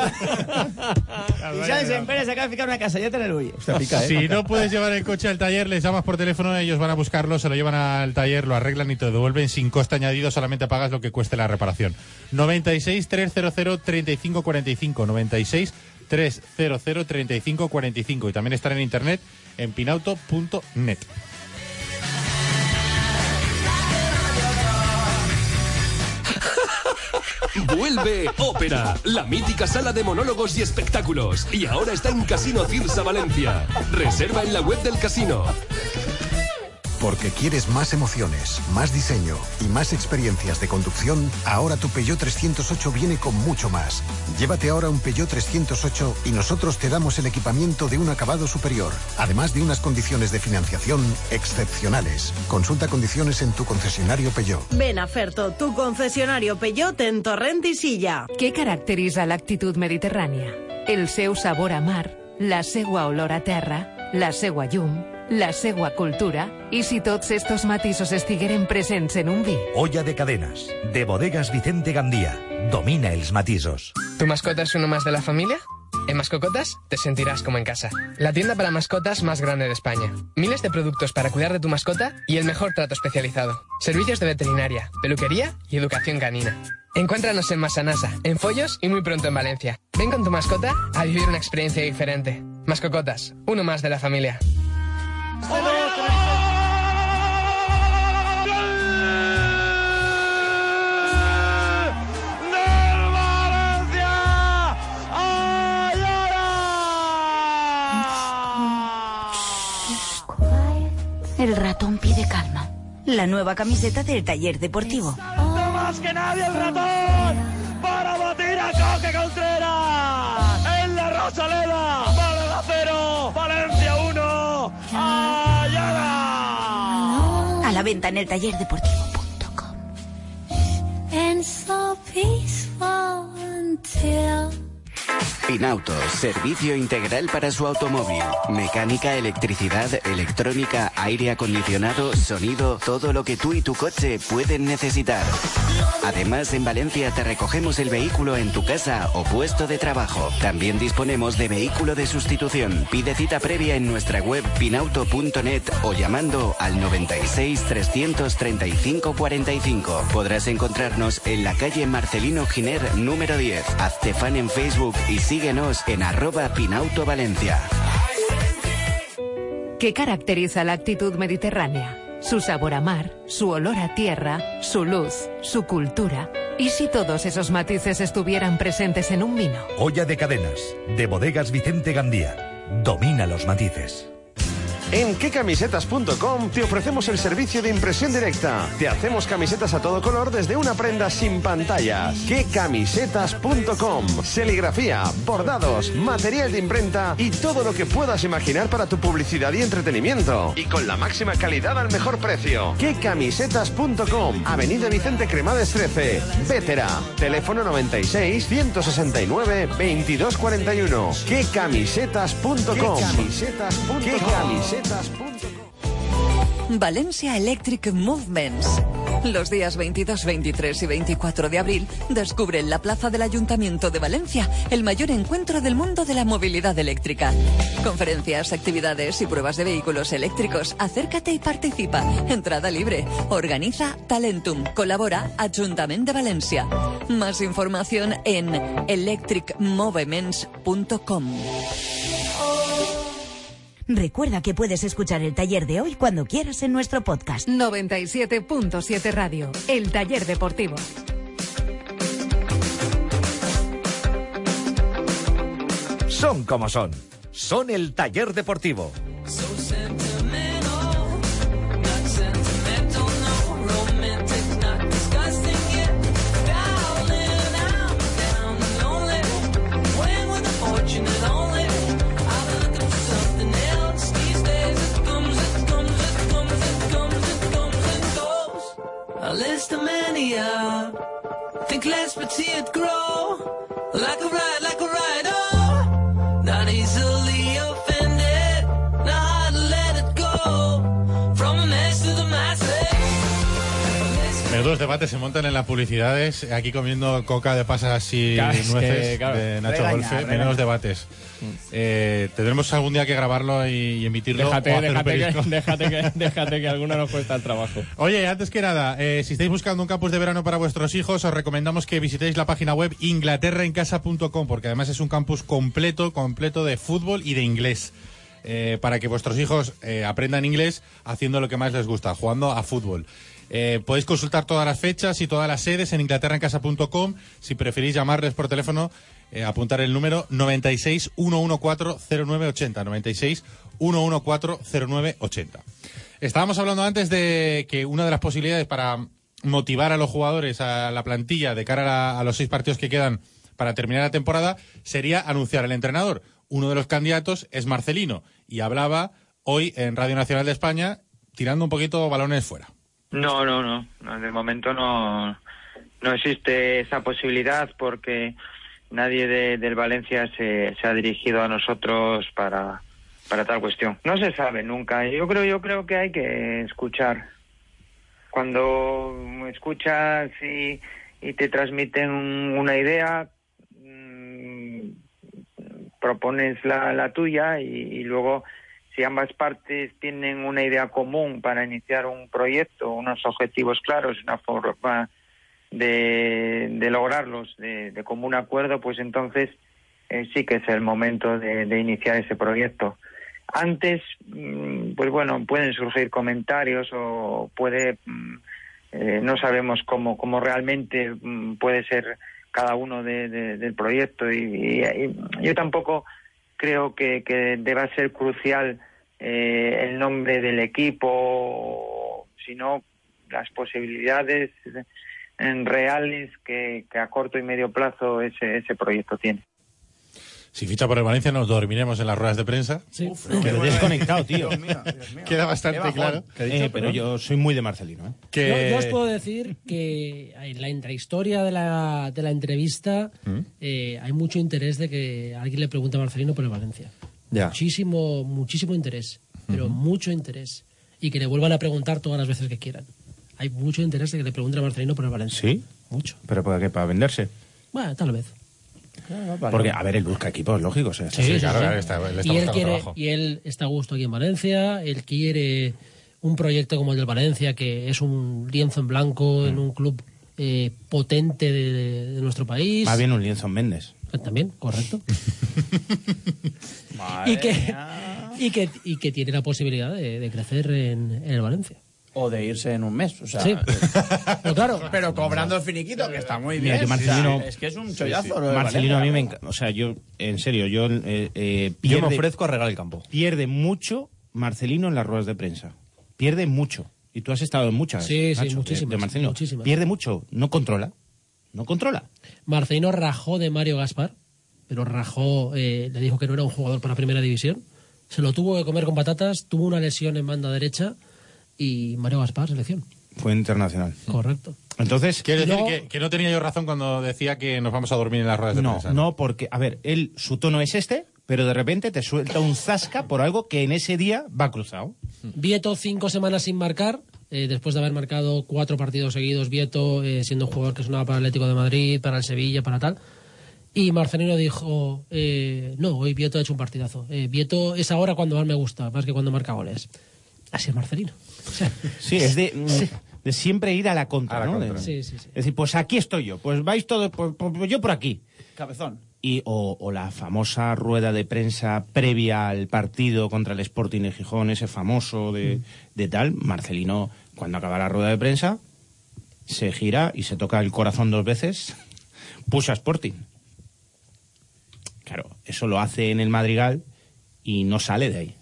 Speaker 7: Y Sáenz en Pérez acaba de fijar una casalleta en el huye.
Speaker 4: Hostia, pica, ¿eh?
Speaker 3: Si no puedes llevar el coche al taller, les llamas por teléfono, ellos van a buscarlo, se lo llevan al taller, lo arreglan y te lo devuelven sin coste añadido, solamente pagas lo que cueste la reparación. 96 300 3545 96 300 3545 y también estar en internet en pinauto.net.
Speaker 9: Vuelve Ópera, la mítica sala de monólogos y espectáculos. Y ahora está en Casino Cirsa Valencia. Reserva en la web del casino.
Speaker 10: Porque quieres más emociones, más diseño y más experiencias de conducción, ahora tu Peugeot 308 viene con mucho más. Llévate ahora un Peugeot 308 y nosotros te damos el equipamiento de un acabado superior, además de unas condiciones de financiación excepcionales. Consulta condiciones en tu concesionario Peugeot.
Speaker 11: Ven a Ferto, tu concesionario Peugeot en Torrent i Silla.
Speaker 12: Què caracteritza l'actitud mediterrània? El seu sabor a mar, la seua olor a terra, la seua llum, la seua cultura i si tots estos matisos estigueren presents en un vi.
Speaker 13: Olla de cadenas, de bodegas Vicente Gandía. Domina els matisos.
Speaker 12: Tu mascota és una más de la família? En Mascocotas te sentirás como en casa. La tienda para mascotas más grande de España. Miles de productos para cuidar de tu mascota y el mejor trato especializado. Servicios de veterinaria, peluquería y educación canina. Encuéntranos en Masanasa, en Follos y muy pronto en Valencia. Ven con tu mascota a vivir una experiencia diferente. Mascocotas, uno más de la familia.
Speaker 11: El ratón pide calma. La nueva camiseta del taller deportivo. A la venta en el tallerdeportivo.com.
Speaker 12: And so peaceful until
Speaker 14: Finauto, servicio integral para su automóvil. Mecánica, electricidad, electrónica, aire acondicionado, sonido, todo lo que tú y tu coche pueden necesitar. Además, en Valencia te recogemos el vehículo en tu casa o puesto de trabajo. También disponemos de vehículo de sustitución. Pide cita previa en nuestra web finauto.net o llamando al 96 335 45. Podrás encontrarnos en la calle Marcelino Giner número 10. Hazte fan en Facebook y síguenos en arroba Pinauto Valencia.
Speaker 15: ¿Qué caracteriza la actitud mediterránea? Su sabor a mar, su olor a tierra, su luz, su cultura. ¿Y si todos esos matices estuvieran presentes en un vino?
Speaker 13: Olla de cadenas, de bodegas Vicente Gandía. Domina los matices.
Speaker 16: En quecamisetas.com te ofrecemos el servicio de impresión directa. Te hacemos camisetas a todo color desde una prenda sin pantallas. quecamisetas.com Serigrafía, bordados, material de imprenta y todo lo que puedas imaginar para tu publicidad y entretenimiento. Y con la máxima calidad al mejor precio. quecamisetas.com Avenida Vicente Cremades 13, Vétera. Teléfono 96 169 2241. quecamisetas.com
Speaker 2: Valencia Electric Movements. Los días 22, 23 y 24 de abril descubre en la Plaza del Ayuntamiento de Valencia el mayor encuentro del mundo de la movilidad eléctrica. Conferencias, actividades y pruebas de vehículos eléctricos. Acércate y participa. Entrada libre. Organiza Talentum. Colabora Ayuntamiento de Valencia. Más información en electricmovements.com.
Speaker 11: Recuerda que puedes escuchar el taller de hoy cuando quieras en nuestro podcast.
Speaker 15: 97.7 Radio, el taller deportivo.
Speaker 13: Son como son. Son el taller deportivo.
Speaker 17: A list of mania. Think less but see it grow. Like a ride, like a ride, oh. Not easily offended. Know how to let it go. From a mess to the masses.
Speaker 3: Menudos debates se montan en las publicidades, aquí comiendo coca de pasas y
Speaker 5: Claro, es que,
Speaker 3: nueces
Speaker 5: claro.
Speaker 3: de Nacho
Speaker 5: Regaña,
Speaker 3: Golfe.
Speaker 5: regaña. Mm.
Speaker 3: Menudos debates. Eh, tendremos algún día que grabarlo y, y emitirlo. o
Speaker 5: Déjate,
Speaker 3: hacer un
Speaker 5: déjate
Speaker 3: perisco.
Speaker 5: que, déjate, que, déjate que alguna nos cuesta el trabajo.
Speaker 3: Oye, antes que nada, eh, si estáis buscando un campus de verano para vuestros hijos, os recomendamos que visitéis la página web inglaterraencasa.com, porque además es un campus completo, completo de fútbol y de inglés. eh, para que vuestros hijos eh, aprendan inglés haciendo lo que más les gusta, jugando a fútbol. Eh, podéis consultar todas las fechas y todas las sedes en inglaterraencasa.com. Si preferís llamarles por teléfono, eh, apuntar el número 96 114 0980. 96 114 0980. Estábamos hablando antes de que una de las posibilidades para motivar a los jugadores, a la plantilla, de cara a, la- a los seis partidos que quedan para terminar la temporada, sería anunciar al entrenador. Uno de los candidatos es Marcelino y hablaba hoy en Radio Nacional de España tirando un poquito balones fuera.
Speaker 18: No, no, no, No, De momento no, no existe esa posibilidad porque nadie de- del Valencia se, se ha dirigido a nosotros para, para tal cuestión. No se sabe nunca. Yo creo, yo creo que hay que escuchar. Cuando escuchas y, y te transmiten un- una idea, mm, propones la, la tuya y- y luego si ambas partes tienen una idea común para iniciar un proyecto, unos objetivos claros, una forma de, de lograrlos de, de común acuerdo, pues entonces eh, sí que es el momento de, de iniciar ese proyecto. Antes, mm, pues bueno, pueden surgir comentarios o puede, mm, eh, no sabemos cómo, cómo realmente mm, puede ser cada uno de- de- del proyecto y- y- y yo tampoco creo que, que deba ser crucial eh, el nombre del equipo, sino las posibilidades eh, en reales que, que a corto y medio plazo ese, ese proyecto tiene.
Speaker 3: Si ficha por el Valencia nos dormiremos en las ruedas de prensa.
Speaker 6: Pero desconectado, tío.
Speaker 3: Queda bastante claro.
Speaker 6: Eh, pero yo soy muy de Marcelino. ¿eh?
Speaker 3: Que-
Speaker 8: Yo, yo os puedo decir que en la intrahistoria de la, de la entrevista
Speaker 6: ¿Mm?
Speaker 8: eh, hay mucho interés de que alguien le pregunte a Marcelino por el Valencia.
Speaker 4: Ya.
Speaker 8: Muchísimo, muchísimo interés, pero mucho interés. Y que le vuelvan a preguntar todas las veces que quieran. Hay mucho interés de que le pregunten a Marcelino por el Valencia.
Speaker 6: ¿Sí?
Speaker 8: Mucho.
Speaker 6: ¿Pero para qué? ¿Para venderse?
Speaker 8: Bueno, tal vez.
Speaker 4: Ah,
Speaker 6: Porque, a ver, él busca equipos lógicos. ¿eh?
Speaker 8: Sí, sí, sí. y él quiere, y él está a gusto aquí en Valencia, él quiere un proyecto como el del Valencia, que es un lienzo en blanco en un club eh, potente de, de nuestro país. Eh,
Speaker 6: Más bien un lienzo en Méndez.
Speaker 8: También, correcto. y, que, y, que, y que tiene la posibilidad de, de crecer en, en el Valencia.
Speaker 7: O de irse en un mes. O sea,
Speaker 8: Sí. Pero claro.
Speaker 7: Pero cobrando el finiquito, que está muy bien.
Speaker 6: Mira, yo Marcelino-
Speaker 7: O sea, es que es un
Speaker 6: Sí,
Speaker 7: chollazo.
Speaker 6: sí.
Speaker 7: lo de
Speaker 6: Marcelino a mí
Speaker 7: Valencia.
Speaker 6: me encanta. O sea, yo, en serio, yo. eh, eh,
Speaker 4: Yo me
Speaker 6: pierde-
Speaker 4: ofrezco a regalar el campo.
Speaker 6: Pierde mucho Marcelino en las ruedas de prensa. Pierde mucho. Y tú has estado en muchas.
Speaker 8: Sí, sí,
Speaker 6: Nacho, de-
Speaker 8: muchísimas,
Speaker 6: De, Marcelino.
Speaker 8: muchísimas.
Speaker 6: Pierde mucho. No controla. No controla.
Speaker 8: Marcelino rajó de Mario Gaspar, pero rajó, eh, le dijo que no era un jugador para primera división. Se lo tuvo que comer con patatas, tuvo una lesión en banda derecha y Mario Gaspar, selección.
Speaker 6: Fue internacional.
Speaker 8: Correcto.
Speaker 6: Entonces.
Speaker 3: Quiero decir que, que no tenía yo razón cuando decía que nos vamos a dormir en las ruedas de
Speaker 6: No,
Speaker 3: prensa.
Speaker 6: no, porque, a ver, él, su tono es este, pero de repente te suelta un zasca por algo que en ese día va cruzado.
Speaker 8: Vieto cinco semanas sin marcar, eh, después de haber marcado cuatro partidos seguidos, Vieto eh, siendo un jugador que sonaba para el Atlético de Madrid, para el Sevilla, para tal. Y Marcelino dijo, eh, no, hoy Vieto ha hecho un partidazo. Eh, Vieto es ahora cuando más me gusta, más que cuando marca goles. Así es Marcelino. O sea,
Speaker 6: Sí, es de, de siempre ir a la contra,
Speaker 8: A la
Speaker 6: ¿no?
Speaker 8: contra.
Speaker 6: De-
Speaker 8: Sí, sí, sí.
Speaker 6: Es decir, pues aquí estoy yo, pues vais todos, pues, pues, pues yo por aquí.
Speaker 7: Cabezón.
Speaker 6: Y, o, o la famosa rueda de prensa previa al partido contra el Sporting de Gijón, ese famoso
Speaker 3: Mm.
Speaker 6: de, de tal, Marcelino, cuando acaba la rueda de prensa, se gira y se toca el corazón dos veces, puso a Sporting. Claro, eso lo hace en el Madrigal y no sale de ahí.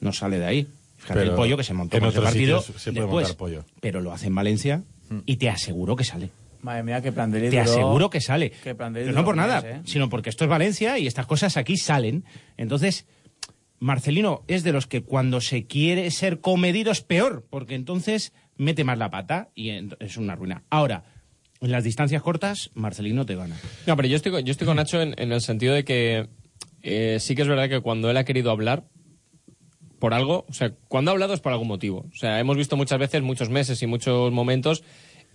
Speaker 6: No sale de ahí. Fíjate
Speaker 3: Mm. Pero
Speaker 6: el pollo que se montó
Speaker 3: en
Speaker 6: en otro
Speaker 3: otros
Speaker 6: partido.
Speaker 3: sitios se puede
Speaker 6: después,
Speaker 3: montar pollo. Mm.
Speaker 6: Pero lo hace en Valencia y te aseguro que sale.
Speaker 7: Madre mía, qué plan de
Speaker 6: Te aseguro que sale.
Speaker 7: Qué plan de eh?
Speaker 6: Pero no por nada, sino porque esto es Valencia y estas cosas aquí salen. Entonces, Marcelino es de los que cuando se quiere ser comedido es peor, porque entonces mete más la pata y en- es una ruina. Ahora, en las distancias cortas, Marcelino te gana.
Speaker 5: No, pero yo estoy, con- yo estoy con Nacho en, en el sentido de que eh, sí que es verdad que cuando él ha querido hablar por algo, o sea, cuando ha hablado es por algún motivo. O sea, hemos visto muchas veces, muchos meses y muchos momentos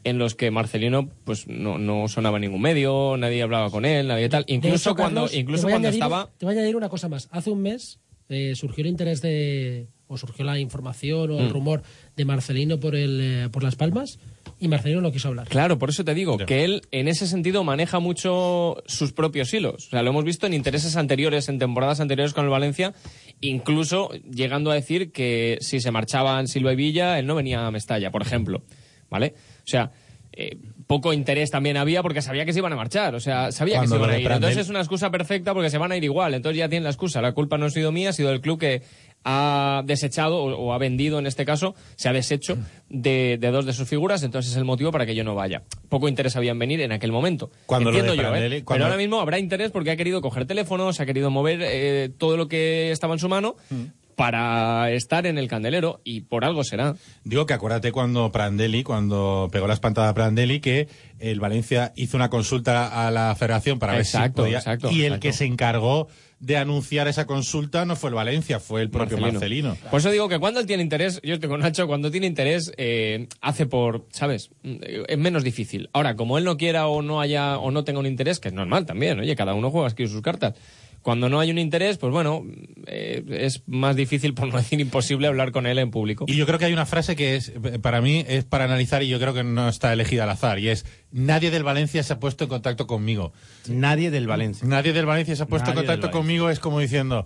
Speaker 5: en los que Marcelino pues no, no sonaba en ningún medio, nadie hablaba con él, nadie tal.
Speaker 8: De
Speaker 5: Incluso
Speaker 8: hecho,
Speaker 5: cuando,
Speaker 8: Carlos,
Speaker 5: incluso
Speaker 8: te voy a
Speaker 5: cuando
Speaker 8: añadir-
Speaker 5: estaba...
Speaker 8: Te voy a añadir una cosa más. Hace un mes eh, surgió el interés de. o surgió la información o el
Speaker 5: Mm.
Speaker 8: rumor de Marcelino por, el, eh, por Las Palmas y Marcelino no quiso hablar.
Speaker 5: Claro, por eso te digo que él en ese sentido maneja mucho sus propios hilos. O sea, lo hemos visto en intereses anteriores, en temporadas anteriores con el Valencia, incluso llegando a decir que si se marchaban Silva y Villa, él no venía a Mestalla, por ejemplo. ¿Vale? O sea, eh, poco interés también había porque sabía que se iban a marchar. O sea, sabía que
Speaker 3: Cuando
Speaker 5: se iban
Speaker 3: lo
Speaker 5: a
Speaker 3: de
Speaker 5: ir.
Speaker 3: Pradel-
Speaker 5: Entonces es una excusa perfecta porque se van a ir igual. Entonces ya tienen la excusa. La culpa no ha sido mía, ha sido del club que ha desechado o, o ha vendido en este caso, se ha deshecho de, de dos de sus figuras. Entonces es el motivo para que yo no vaya. Poco interés había en venir en aquel momento.
Speaker 3: Cuando lo de
Speaker 5: Entiendo yo, ¿eh?
Speaker 3: Prandelli-
Speaker 5: Pero
Speaker 3: cuando-
Speaker 5: ahora mismo habrá interés porque ha querido coger teléfonos, ha querido mover eh, todo lo que estaba en su mano
Speaker 3: Mm.
Speaker 5: para estar en el candelero y por algo será.
Speaker 3: Digo que acuérdate cuando Prandelli, cuando pegó la espantada a Prandelli, que el Valencia hizo una consulta a la federación para
Speaker 5: Exacto,
Speaker 3: ver si podía.
Speaker 5: exacto,
Speaker 3: y el
Speaker 5: exacto.
Speaker 3: que se encargó de anunciar esa consulta no fue el Valencia, fue el propio Marcelino.
Speaker 5: Por eso digo que cuando él tiene interés, yo estoy con Nacho, cuando tiene interés, eh, hace por, ¿sabes? Mm, eh, Es menos difícil. Ahora, como él no quiera o no haya o no tenga un interés, que es normal también, oye, cada uno juega, escribe sus cartas. Cuando no hay un interés, pues bueno, eh, es más difícil, por no decir imposible, hablar con él en público.
Speaker 3: Y yo creo que hay una frase que es, para mí, es para analizar y yo creo que no está elegida al azar. Y es, nadie del Valencia se ha puesto en contacto conmigo.
Speaker 6: Nadie del Valencia.
Speaker 3: Nadie del Valencia se ha puesto en
Speaker 6: Nadie del
Speaker 3: contacto
Speaker 6: Valencia.
Speaker 3: conmigo, es como diciendo...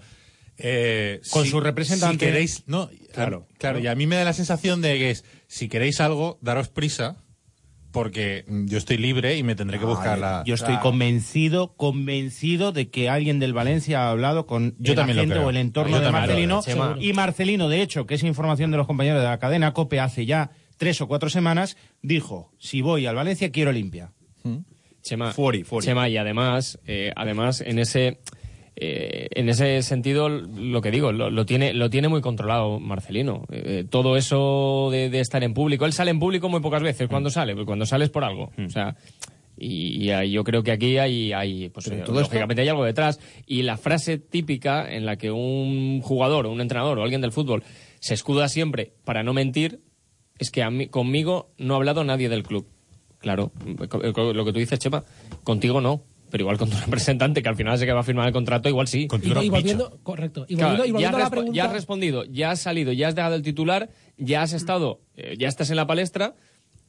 Speaker 3: eh,
Speaker 6: Con
Speaker 3: si-
Speaker 6: su representante. ¿eh?
Speaker 3: Si queréis... No,
Speaker 6: Claro.
Speaker 3: claro, claro. Y a mí me da la sensación de que es, si queréis algo, daros prisa, porque mm, yo estoy libre y me tendré que buscar la...
Speaker 6: Ah, Yo estoy
Speaker 3: la-
Speaker 6: convencido, convencido de que alguien del Valencia ha hablado con
Speaker 3: Yo
Speaker 6: el
Speaker 3: también lo
Speaker 6: agente
Speaker 3: creo.
Speaker 6: o el
Speaker 3: Yo
Speaker 6: entorno de
Speaker 3: también lo
Speaker 6: Marcelino.
Speaker 3: creo, Chema.
Speaker 6: Y Marcelino, de hecho, que es información de los compañeros de la cadena COPE hace ya tres o cuatro semanas, dijo, si voy al Valencia quiero limpia.
Speaker 5: Chema,
Speaker 6: Fuori, fuori.
Speaker 5: Chema, y además, eh, además en ese eh, en ese sentido, lo que digo, lo, lo tiene, lo tiene muy controlado Marcelino. Eh, todo eso de, de estar en público. Él sale en público muy pocas veces.
Speaker 19: Mm.
Speaker 5: ¿Cuándo sale? Pues cuando sales por algo. O sea, y, y ahí yo creo que aquí hay, hay pues,
Speaker 19: Pero
Speaker 5: eh,
Speaker 19: todo esto-
Speaker 5: lógicamente hay algo detrás. Y la frase típica en la que un jugador, o un entrenador o alguien del fútbol se escuda siempre para no mentir es que a mí- conmigo no ha hablado nadie del club. Claro, co- co- lo que tú dices, Chema, contigo no. Pero igual con tu representante, que al final es el que va a firmar el contrato, igual sí.
Speaker 8: Y, y volviendo, correcto. Y volviendo,
Speaker 5: Claro,
Speaker 8: y
Speaker 5: ya,
Speaker 8: volviendo
Speaker 5: has
Speaker 8: a la
Speaker 5: respo- ya has
Speaker 8: pregunta.
Speaker 5: respondido, ya has salido, ya has dejado el titular, ya has estado, eh, ya estás en la palestra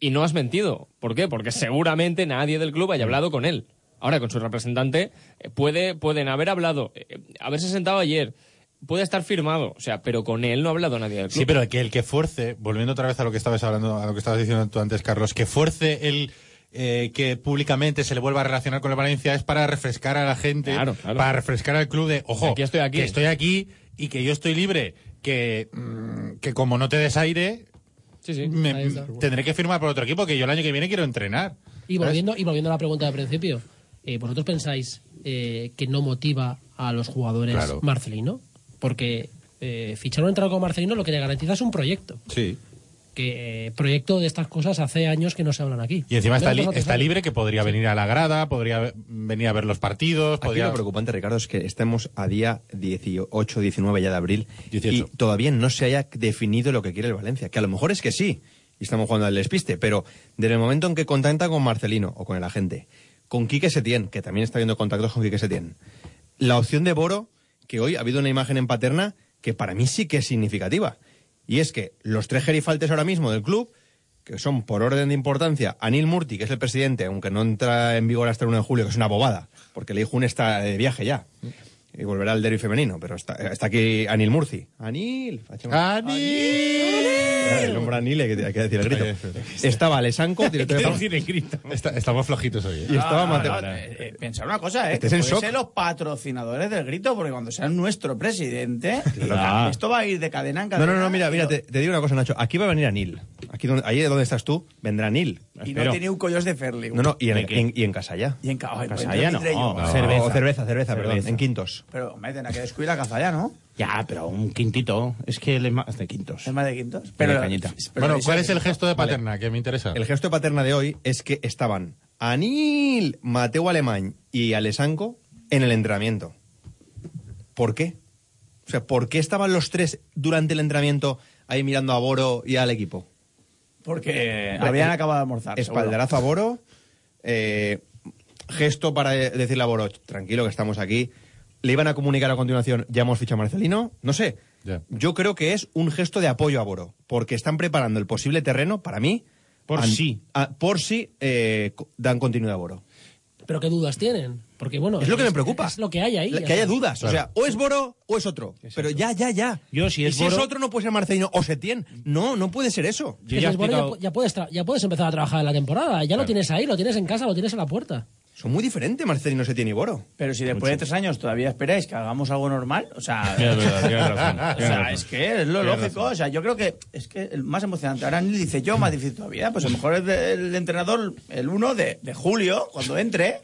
Speaker 5: y no has mentido. ¿Por qué? Porque seguramente nadie del club haya hablado con él. Ahora, con su representante, eh, puede, pueden haber hablado, eh, haberse sentado ayer, puede estar firmado, o sea, pero con él no ha hablado nadie del club.
Speaker 3: Sí, pero que el que fuerce, volviendo otra vez a lo que estabas hablando, a lo que estabas diciendo tú antes, Carlos, que fuerce el eh, que públicamente se le vuelva a relacionar con la Valencia es para refrescar a la gente, para refrescar al club de, ojo,
Speaker 5: Aquí estoy, aquí.
Speaker 3: que estoy aquí y que yo estoy libre, que, mm, que como no te desaire, me-
Speaker 8: ahí está.
Speaker 3: tendré que firmar por otro equipo, que yo el año que viene quiero entrenar.
Speaker 8: Y
Speaker 3: ¿sabes?
Speaker 8: volviendo, y volviendo a la pregunta del principio, eh, ¿vosotros pensáis eh, que no motiva a los jugadores
Speaker 3: Claro.
Speaker 8: Marcelino? Porque eh, fichar un entrenador como Marcelino lo que le garantiza es un proyecto.
Speaker 3: Sí.
Speaker 8: Que eh, proyecto de estas cosas hace años que no se hablan aquí.
Speaker 3: Y encima está,
Speaker 8: Menos
Speaker 3: li-
Speaker 8: dos o tres
Speaker 3: está
Speaker 8: años.
Speaker 3: libre que podría venir a la grada, podría venir a ver los partidos,
Speaker 4: Aquí
Speaker 3: podría...
Speaker 4: lo preocupante, Ricardo, es que estamos a día 18, 19 ya de abril y todavía no se haya definido lo que quiere el Valencia, que a lo mejor es que sí, y estamos jugando al despiste, pero desde el momento en que contacta con Marcelino o con el agente, con Quique Setién, que también está habiendo contactos con Quique Setién, la opción de Boro, que hoy ha habido una imagen en Paterna que para mí sí que es significativa, y es que los tres gerifaltes ahora mismo del club que son por orden de importancia, Anil Murti, que es el presidente, aunque no entra en vigor hasta el 1 de julio, que es una bobada, porque Ley Jun está de viaje ya. Y volverá al derbi femenino, pero está, está aquí Anil Murci. Anil. Eh, El hombre Anil, hay que, hay que decir el grito. Estaba Lesanco, director de farmacia.
Speaker 3: Está- estamos flojitos hoy. ¿eh?
Speaker 4: Y estaba Mateo.
Speaker 7: Mateo. pensar una cosa, ¿eh?
Speaker 4: Este
Speaker 7: Este
Speaker 4: es en shock.
Speaker 7: ser los patrocinadores del grito, porque cuando sea nuestro presidente,
Speaker 4: Claro.
Speaker 7: esto va a ir de cadena en
Speaker 4: No,
Speaker 7: cadena.
Speaker 4: no, no, mira, mira, te, te digo una cosa, Nacho. Aquí va a venir Anil. Aquí donde, ahí donde estás tú, vendrá Anil.
Speaker 7: Y
Speaker 4: Espero.
Speaker 7: no tiene un collos de Ferli.
Speaker 4: No, no, y en, en- y en Casalla.
Speaker 7: Y en Ca- ay, pues
Speaker 4: Casalla no.
Speaker 7: entonces diré yo.
Speaker 4: O
Speaker 7: Cerveza.
Speaker 4: cerveza, cerveza, perdón.
Speaker 7: Cerveza.
Speaker 4: En Quintos.
Speaker 7: Pero me tendrá que descubrir la cazalla, ¿no?
Speaker 6: Ya, pero un quintito. Es que él es más de quintos.
Speaker 7: Es más de quintos.
Speaker 4: Tiene cañita.
Speaker 6: Vale.
Speaker 3: Que me interesa.
Speaker 4: El gesto de paterna de hoy es que estaban Anil, Mateo Alemán y Alessanco en el entrenamiento. ¿Por qué? O sea, ¿por qué estaban los tres durante el entrenamiento ahí mirando a Boro y al equipo?
Speaker 7: Porque
Speaker 4: Vale.
Speaker 7: habían acabado de almorzar. seguro.
Speaker 4: Espaldarazo a Boro, eh, gesto para eh, decirle a Boro, tranquilo que estamos aquí. Le iban a comunicar a continuación, ya hemos fichado a Marcelino, no sé. Yo creo que es un gesto de apoyo a Boro, porque están preparando el posible terreno, para mí,
Speaker 6: Por sí.
Speaker 4: a- por si eh, co- dan continuidad a Boro.
Speaker 8: Pero qué dudas tienen. Porque bueno.
Speaker 4: Es lo que me preocupa.
Speaker 8: Es lo que hay ahí.
Speaker 4: La-
Speaker 8: ya
Speaker 4: que haya
Speaker 8: está.
Speaker 4: dudas, o sea, o es Boro o es otro. Pero ya, ya, ya.
Speaker 6: Yo, si
Speaker 4: y
Speaker 6: es
Speaker 4: si es
Speaker 6: Boro-
Speaker 4: otro no puede ser Marcelino o Setién. No, no puede ser eso.
Speaker 8: Es que el Borja ya, pu- ya puedes tra- ya puedes empezar a trabajar en la temporada. Ya lo tienes ahí, lo tienes en casa, lo tienes en la puerta.
Speaker 4: Son muy diferentes Marcelino, Setién y Boro.
Speaker 7: Pero si después de tres años todavía esperáis que hagamos algo normal, o sea,
Speaker 4: Tienes verdad,
Speaker 3: Ah,
Speaker 4: tienes razón,
Speaker 7: o
Speaker 4: tienes
Speaker 7: sea,
Speaker 4: razón.
Speaker 7: es que es lo
Speaker 4: Tienes
Speaker 7: lógico, o sea, yo creo que es que el más emocionante. Ahora Anil dice yo, más difícil todavía, pues a lo mejor el, de- el entrenador el 1 de, de julio, cuando entre,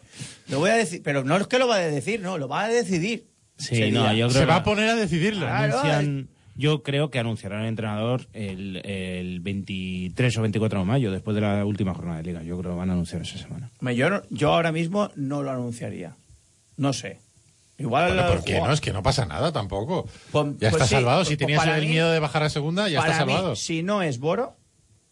Speaker 7: lo voy a decir, pero no es que lo va a decir, no, lo va a decidir.
Speaker 6: Sí,
Speaker 7: Ese
Speaker 6: no,
Speaker 7: día.
Speaker 6: yo creo que-
Speaker 3: ah. a decidirlo.
Speaker 7: Claro,
Speaker 6: Anuncian- yo creo que anunciarán el entrenador el, el 23 o 24 de mayo, después de la última jornada de liga. Yo creo que van a anunciar esa semana.
Speaker 7: Hombre, Yo, no- yo ahora mismo no lo anunciaría. No sé. Igual
Speaker 3: Bueno,
Speaker 7: lo-
Speaker 3: ¿por qué no? Es que no pasa nada tampoco.
Speaker 7: Pues-
Speaker 3: ya
Speaker 7: pues
Speaker 3: está
Speaker 7: sí,
Speaker 3: salvado.
Speaker 7: pues-
Speaker 3: Si
Speaker 7: pues
Speaker 3: tenías
Speaker 7: para
Speaker 3: el
Speaker 7: mí-
Speaker 3: miedo de bajar a segunda, ya está
Speaker 7: Para mí,
Speaker 3: salvado.
Speaker 7: si no es Boro,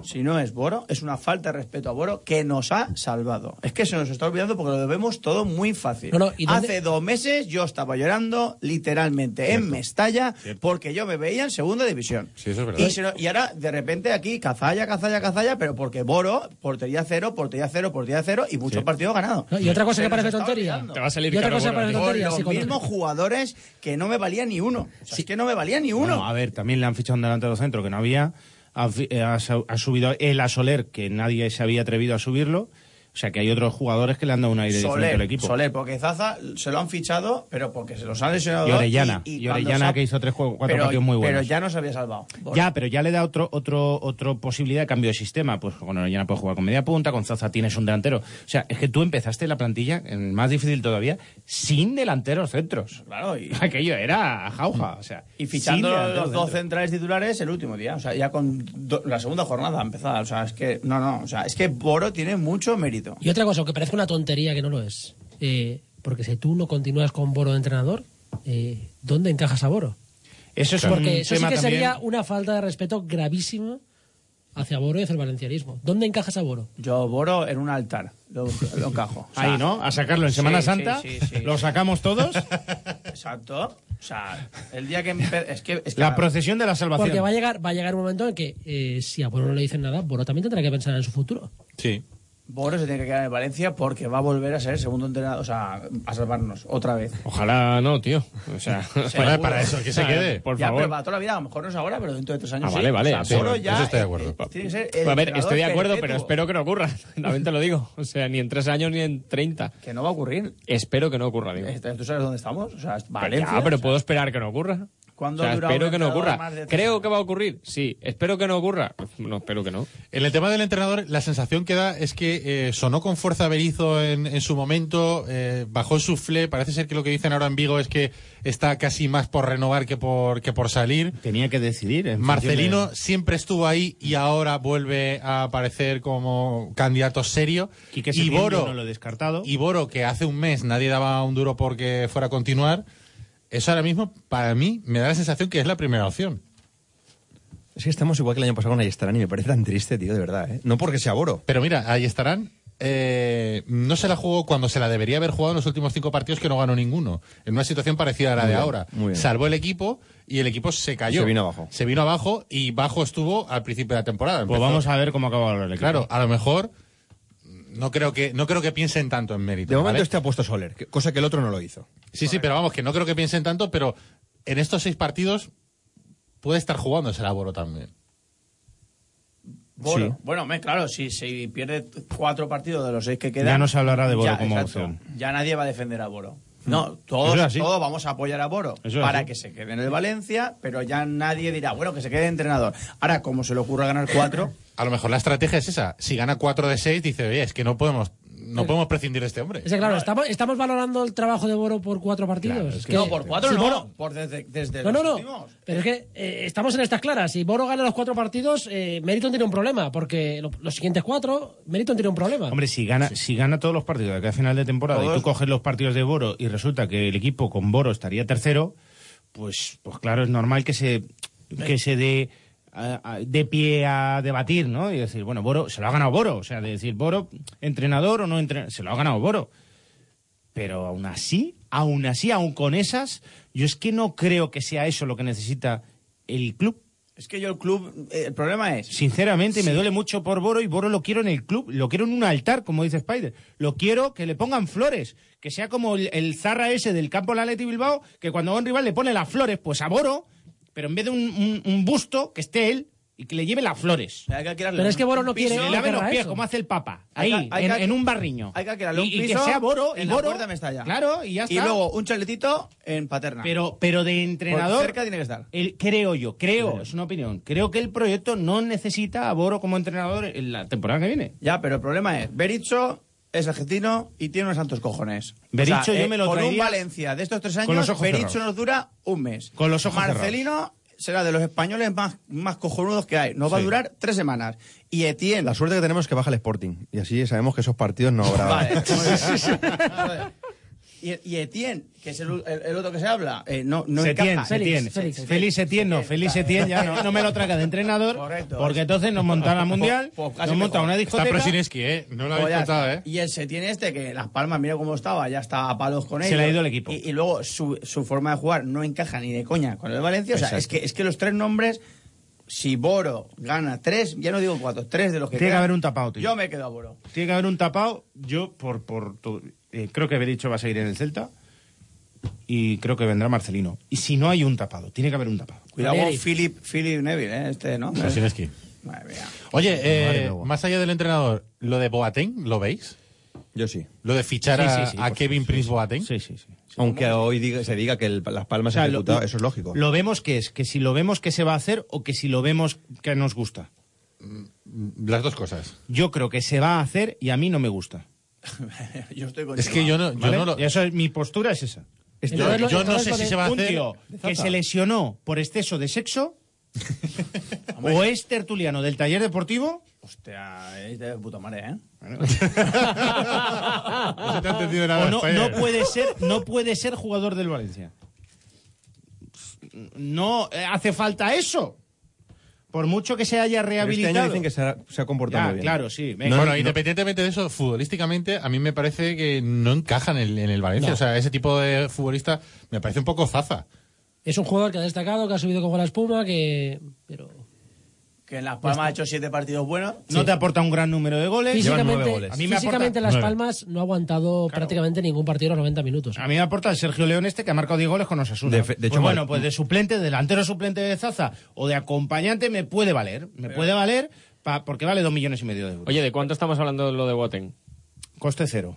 Speaker 7: si no es Boro, es una falta de respeto a Boro que nos ha salvado. Es que se nos está olvidando porque lo vemos todo muy fácil.
Speaker 8: No, no, ¿y dónde-
Speaker 7: Hace dos meses yo estaba llorando literalmente en Mestalla porque yo me veía en segunda división.
Speaker 3: Sí, eso es verdad.
Speaker 7: Y, se nos- y ahora de repente aquí cazalla, cazalla, cazalla, pero porque Boro, portería cero, portería cero, portería cero y muchos partidos ganados.
Speaker 8: No, y otra cosa
Speaker 7: Se
Speaker 8: que
Speaker 7: nos
Speaker 8: parece
Speaker 7: está
Speaker 8: tontería.
Speaker 7: olvidando.
Speaker 8: Te va a salir Y otra caro cosa que Boro, parece tío. tontería,
Speaker 7: Con
Speaker 8: sí,
Speaker 7: Los
Speaker 8: con-
Speaker 7: mismos jugadores que no me valía ni uno. O sea, es que no me valía ni uno.
Speaker 6: Bueno, a ver, también le han fichado un delantero centro que no había. Ha, fi- eh, ha sa- ha subido él a Soler, que nadie se había atrevido a subirlo. O sea que hay otros jugadores que le han dado un aire diferente
Speaker 7: Soler,
Speaker 6: al equipo.
Speaker 7: Soler, porque Zaza se lo han fichado, pero porque se los han lesionado.
Speaker 6: Y Orellana,
Speaker 7: y- y
Speaker 6: y
Speaker 7: cuando
Speaker 6: Orellana
Speaker 7: se ha-
Speaker 6: que hizo tres juegos, cuatro
Speaker 7: pero-
Speaker 6: partidos muy buenos.
Speaker 7: Pero ya no se había salvado.
Speaker 6: Ya, pero ya le da otro, otro, otro posibilidad de cambio de sistema. Pues con Orellana puedes jugar con media punta, con Zaza tienes un delantero. O sea, es que tú empezaste la plantilla, en más difícil todavía, sin delanteros centros.
Speaker 7: Claro, y,
Speaker 6: Aquello era jauja. O sea,
Speaker 7: y fichando
Speaker 6: sin
Speaker 7: los
Speaker 6: delanteros
Speaker 7: dos
Speaker 6: centros.
Speaker 7: centrales titulares el último día. O sea, ya con do- la segunda jornada empezada. O sea, es que. No, no. O sea, es que Boro tiene mucho mérito.
Speaker 8: Y otra cosa, aunque parezca una tontería que no lo es, eh, porque si tú no continúas con Boro de entrenador, eh, ¿dónde encajas a Boro?
Speaker 6: Eso es un
Speaker 8: porque eso sí
Speaker 6: tema
Speaker 8: que
Speaker 6: también-
Speaker 8: sería una falta de respeto gravísima hacia Boro y hacia el valencianismo. ¿Dónde encajas a Boro?
Speaker 7: Yo, Boro, en un altar. Lo, lo encajo. O sea,
Speaker 6: Ahí, ¿no? A sacarlo en
Speaker 7: sí,
Speaker 6: Semana
Speaker 7: sí,
Speaker 6: Santa.
Speaker 7: sí, sí.
Speaker 6: lo sacamos todos.
Speaker 7: Exacto. O sea, el día que. empe- Es que, es que
Speaker 6: la procesión de la salvación.
Speaker 8: Porque va a llegar, va a llegar un momento en que eh, si a Boro no le dicen nada, Boro también tendrá que pensar en su futuro.
Speaker 3: Sí.
Speaker 7: Boro se tiene que quedar en Valencia porque va a volver a ser segundo entrenador. O sea, a salvarnos otra vez.
Speaker 5: Ojalá no, tío. O sea,
Speaker 7: Seguro.
Speaker 5: O sea, eh, Por
Speaker 7: ya,
Speaker 5: favor.
Speaker 7: Pero para toda la vida, a lo mejor no es ahora, pero dentro de tres años.
Speaker 5: Ah,
Speaker 7: sí.
Speaker 5: vale, vale,
Speaker 7: O sea, Boro
Speaker 5: absolutamente.
Speaker 7: ya
Speaker 5: Eso estoy de acuerdo.
Speaker 7: eh, tiene que ser el
Speaker 5: a ver,
Speaker 7: entrenador
Speaker 5: estoy de acuerdo, pero
Speaker 7: perpetuo.
Speaker 5: espero que no ocurra. También te lo digo. O sea, ni en tres años ni en treinta.
Speaker 7: Que no va a ocurrir.
Speaker 5: Espero que no ocurra, digo.
Speaker 7: Este, ¿Tú sabes dónde estamos? O sea, es
Speaker 5: Pero
Speaker 7: Valencia.
Speaker 5: ya, pero puedo esperar que no ocurra. O
Speaker 7: ¿Cuándo
Speaker 5: sea,
Speaker 7: dura
Speaker 5: espero
Speaker 7: un
Speaker 5: que no
Speaker 7: entrenador
Speaker 5: ocurra.
Speaker 7: más de tres
Speaker 5: Creo que va a ocurrir. Sí, espero que no ocurra. No, espero que no.
Speaker 3: En el tema del entrenador, la sensación que da es que eh, sonó con fuerza Berizzo en, en su momento, eh, bajó el suflé. Parece ser que lo que dicen ahora en Vigo es que está casi más por renovar que por, que por salir.
Speaker 6: Tenía que decidir. en
Speaker 3: Marcelino
Speaker 6: función de-
Speaker 3: siempre estuvo ahí y ahora vuelve a aparecer como candidato serio.
Speaker 6: Quique
Speaker 3: y
Speaker 6: Setién, yo
Speaker 3: Boro,
Speaker 6: no lo he descartado.
Speaker 3: y Boro, que hace un mes nadie daba un duro porque fuera a continuar, eso ahora mismo para mí me da la sensación que es la primera opción.
Speaker 4: Es que estamos igual que el año pasado con Ayestarán y me parece tan triste, tío, de verdad, ¿eh? No porque sea Boro.
Speaker 3: Pero mira, ahí estarán. eh, no se la jugó cuando se la debería haber jugado en los últimos cinco partidos que no ganó ninguno. En una situación parecida a la
Speaker 4: Muy
Speaker 3: de
Speaker 4: bien,
Speaker 3: ahora.
Speaker 4: muy bien.
Speaker 3: Salvó el equipo y el equipo se cayó.
Speaker 4: Se vino abajo.
Speaker 3: Se vino abajo y bajo estuvo al principio de la temporada.
Speaker 6: Pues
Speaker 3: Empezó-
Speaker 6: vamos a ver cómo acaba ahora el equipo.
Speaker 3: Claro, a lo mejor no creo que no creo que piensen tanto en mérito.
Speaker 4: De momento
Speaker 3: ¿vale?
Speaker 4: este ha puesto Soler, que- cosa que el otro no lo hizo.
Speaker 3: Sí, sí, pero vamos, que no creo que piensen tanto, pero en estos seis partidos puede estar jugando ese laboro también.
Speaker 7: Boro.
Speaker 3: Sí.
Speaker 7: Bueno, hombre, claro, si, si pierde cuatro partidos de los seis que quedan.
Speaker 6: Ya no se hablará de Boro
Speaker 7: ya,
Speaker 6: como
Speaker 7: exacto.
Speaker 6: opción.
Speaker 7: Ya nadie va a defender a Boro.
Speaker 5: Hmm.
Speaker 6: Mm.
Speaker 7: No,
Speaker 6: Eso es
Speaker 7: todos,
Speaker 6: así.
Speaker 7: todos vamos a apoyar a Boro
Speaker 6: Eso es
Speaker 7: para
Speaker 6: así.
Speaker 7: que se quede en el Valencia, pero ya nadie dirá, bueno, que se quede entrenador. Ahora, como se le ocurra ganar cuatro,
Speaker 3: A lo mejor la estrategia es esa. Si gana cuatro de seis, dice, oye, es que no podemos, no podemos prescindir de este hombre.
Speaker 8: Es que, claro, estamos, estamos valorando el trabajo de Boro por cuatro partidos. es que-
Speaker 7: no, por cuatro
Speaker 8: si
Speaker 7: no,
Speaker 8: Boro-
Speaker 7: por desde, desde
Speaker 8: no,
Speaker 7: los
Speaker 8: no, no.
Speaker 7: últimos.
Speaker 8: Pero es que eh, estamos en estas claras. Si Boro gana los cuatro partidos, eh, Meriton tiene un problema. Porque lo- los siguientes cuatro, Meriton tiene un problema.
Speaker 6: Hombre, si gana, si gana todos los partidos de aquí a final de temporada y tú
Speaker 8: Todos.
Speaker 6: coges los partidos de Boro y resulta que el equipo con Boro estaría tercero, pues, pues claro, es normal que se, que se dé a- a- de pie a debatir, ¿no? Y decir, bueno, Boro, se lo ha ganado Boro. O sea, de decir, Boro, entrenador o no entrenador, se lo ha ganado Boro. Pero aún así, aún así, aún con esas, yo es que no creo que sea eso lo que necesita el club.
Speaker 7: Es que yo el club, eh, el problema es...
Speaker 6: Sinceramente, me
Speaker 7: Sí.
Speaker 6: duele mucho por Boro y Boro lo quiero en el club, lo quiero en un altar, como dice Spider. Lo quiero que le pongan flores, que sea como el, el zarra ese del campo del Atleti Bilbao, que cuando a un rival le pone las flores, pues a Boro, pero en vez de un, un- un busto, que esté él y que le lleve las flores.
Speaker 7: Hay que alquilarle
Speaker 8: Pero es que
Speaker 7: un-
Speaker 8: Boro
Speaker 7: un
Speaker 8: no
Speaker 7: piso.
Speaker 8: quiere-
Speaker 6: Que
Speaker 8: no
Speaker 6: le lave los
Speaker 8: querrá
Speaker 6: pies,
Speaker 8: eso.
Speaker 6: como hace el Papa,
Speaker 7: Hay
Speaker 6: ahí,
Speaker 7: que- hay
Speaker 6: en,
Speaker 7: que-
Speaker 6: en un barriño.
Speaker 7: Hay que alquilarle un
Speaker 6: y, y que
Speaker 7: piso
Speaker 6: sea Boro, y
Speaker 7: en
Speaker 6: Boro.
Speaker 7: la puerta de Mestalla.
Speaker 6: Claro, y ya está.
Speaker 7: Y luego un chaletito en Paterna.
Speaker 6: Pero, pero de entrenador.
Speaker 7: Por cerca tiene que estar.
Speaker 6: el- creo yo, creo, es una opinión. Creo que el proyecto no necesita a Boro como entrenador en la temporada que viene.
Speaker 7: Ya, pero el problema es, Bericho es argentino y tiene unos santos cojones.
Speaker 6: Bericho yo
Speaker 7: eh,
Speaker 6: me lo
Speaker 7: Con un
Speaker 6: traería
Speaker 7: Valencia de estos tres
Speaker 6: con
Speaker 7: años,
Speaker 6: los ojos
Speaker 7: Bericho
Speaker 6: cerrados.
Speaker 7: nos dura un mes.
Speaker 6: Con los ojos
Speaker 7: Marcelino será de los españoles más, más cojonudos que hay. Nos va a
Speaker 4: Sí.
Speaker 7: durar tres semanas. Y Etienne...
Speaker 4: La suerte que tenemos es que baja el Sporting. Y así sabemos que esos partidos no habrá.
Speaker 7: Vale. Joder. Y, y Etienne, que es el, el- el otro que se habla, eh, no, no
Speaker 6: Setién,
Speaker 7: encaja.
Speaker 6: Setién. Feliz Setién, no, Feliz Setién ya no, no me lo traga de entrenador,
Speaker 7: Correcto.
Speaker 6: porque entonces nos montan al mundial,
Speaker 7: Pues- pues casi
Speaker 6: nos montan una
Speaker 7: mejor.
Speaker 3: Está
Speaker 6: discoteca,
Speaker 3: Presineski, ¿eh? No lo
Speaker 7: Pues
Speaker 3: habéis
Speaker 7: ya
Speaker 3: contado,
Speaker 7: está.
Speaker 3: ¿eh?
Speaker 7: Y el Setién este, que Las Palmas, mira cómo estaba, ya está a palos con
Speaker 6: Se
Speaker 7: él.
Speaker 6: le ha ido el equipo.
Speaker 7: Y, y luego su, su forma de jugar no encaja ni de coña con el Valencia. O sea,
Speaker 6: Exacto.
Speaker 7: es que, es que los tres nombres, si Boro gana tres, ya no digo cuatro, tres de los que
Speaker 6: tiene que
Speaker 7: quedan,
Speaker 6: haber un tapado, tío.
Speaker 7: Yo me quedo a Boro.
Speaker 6: Tiene que haber un tapado, yo por, por tu- eh, creo que haber dicho va a seguir en el Celta, y creo que vendrá Marcelino. Y si no hay un tapado, tiene que haber un tapado.
Speaker 7: Cuidado
Speaker 6: Vale.
Speaker 7: con Philip, Philip Neville, ¿eh? este, ¿no?
Speaker 3: Presineski.
Speaker 7: Madre mía.
Speaker 3: Oye, eh, más allá del entrenador, ¿lo de Boateng lo veis?
Speaker 4: Yo sí.
Speaker 3: Lo de fichar
Speaker 4: Sí,
Speaker 3: a,
Speaker 4: sí, sí,
Speaker 3: a
Speaker 4: por
Speaker 3: Kevin Prince Boateng.
Speaker 6: Sí, sí, sí.
Speaker 4: Aunque hoy diga- se diga que el- Las
Speaker 6: O
Speaker 4: Palmas
Speaker 6: sea,
Speaker 4: ha
Speaker 6: lo-
Speaker 4: ejecutado,
Speaker 6: lo-
Speaker 4: eso es lógico.
Speaker 6: Lo vemos que es, que si lo vemos que se va a hacer o que si lo vemos que nos gusta.
Speaker 3: Las dos cosas.
Speaker 6: Yo creo que se va a hacer y a mí no me gusta.
Speaker 7: yo estoy con
Speaker 3: Es que yo no- yo
Speaker 6: ¿Vale?
Speaker 3: no lo-
Speaker 6: Y eso es- mi postura es esa.
Speaker 3: Yo- Entonces lo- yo no entonces sé lo si de- se va a
Speaker 6: Un
Speaker 3: hacer-
Speaker 6: tío que se lesionó por exceso de sexo o es tertuliano del taller deportivo.
Speaker 7: Hostia, es de puta madre, ¿eh?
Speaker 6: no
Speaker 3: se te ha entendido
Speaker 7: nada,
Speaker 6: no,
Speaker 7: España.
Speaker 6: no puede ser, no puede ser jugador del Valencia. No eh, hace falta eso. Por mucho que se haya
Speaker 4: Pero este
Speaker 6: rehabilitado.
Speaker 4: año dicen que se ha, se ha comportado
Speaker 6: Ya,
Speaker 4: muy bien.
Speaker 6: claro, sí.
Speaker 4: Venga,
Speaker 3: bueno,
Speaker 4: no.
Speaker 3: independientemente de eso, futbolísticamente a mí me parece que no encajan en, el- en el Valencia.
Speaker 8: No.
Speaker 3: O sea, ese tipo de futbolista me parece un poco zafa.
Speaker 8: Es un jugador que ha destacado, que ha subido como la espuma, que... Pero
Speaker 7: Que en Las Palmas ha hecho siete partidos buenos.
Speaker 6: No te aporta un gran número de goles.
Speaker 8: físicamente,
Speaker 6: A mí me
Speaker 8: físicamente
Speaker 6: aporta-
Speaker 8: Las Palmas no ha aguantado prácticamente ningún partido a los 90 minutos.
Speaker 6: A mí me aporta el Sergio León este que ha marcado 10 goles con Osasuna.
Speaker 4: De fe- de
Speaker 6: Pues
Speaker 4: hecho,
Speaker 6: bueno,
Speaker 4: Mar-
Speaker 6: pues de suplente, delantero suplente de Zaza o de acompañante me puede valer. Me
Speaker 8: Eh.
Speaker 6: puede valer pa- porque vale 2 millones y medio de euros.
Speaker 5: Oye, ¿de cuánto estamos hablando de lo de Boateng?
Speaker 6: Coste cero.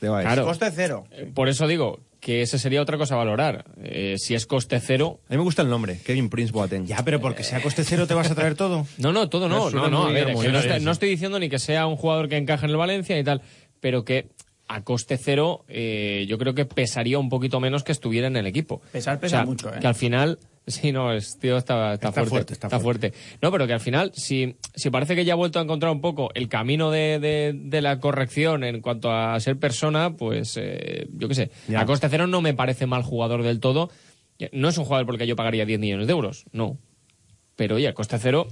Speaker 5: Claro.
Speaker 7: Coste cero.
Speaker 5: Eh, Por eso digo que esa sería otra cosa a valorar. Eh, si es coste cero...
Speaker 4: A mí me gusta el nombre, Kevin Prince Boateng.
Speaker 6: Ya, ah, pero porque sea coste cero te vas a traer todo.
Speaker 5: No, no, todo no.
Speaker 4: Suena
Speaker 5: No, no,
Speaker 4: muy
Speaker 5: a ver,
Speaker 4: bien,
Speaker 5: es
Speaker 4: muy
Speaker 5: que no,
Speaker 4: bien,
Speaker 5: está-
Speaker 4: sí.
Speaker 5: no estoy diciendo ni que sea un jugador que encaje en el Valencia y tal, pero que a coste cero eh, yo creo que pesaría un poquito menos que estuviera en el equipo.
Speaker 7: Pesar pesa mucho, ¿eh?
Speaker 5: Que al final... Sí, no, es, tío está, está
Speaker 7: Está
Speaker 5: fuerte,
Speaker 7: fuerte,
Speaker 5: está, fuerte. No, pero que al final, si, si parece que ya ha vuelto a encontrar un poco el camino de, de- de la corrección en cuanto a ser persona, pues eh, yo qué sé.
Speaker 6: Ya.
Speaker 5: A coste cero no me parece mal jugador del todo. No es un jugador porque yo pagaría 10 millones de euros, no. Pero oye, a coste cero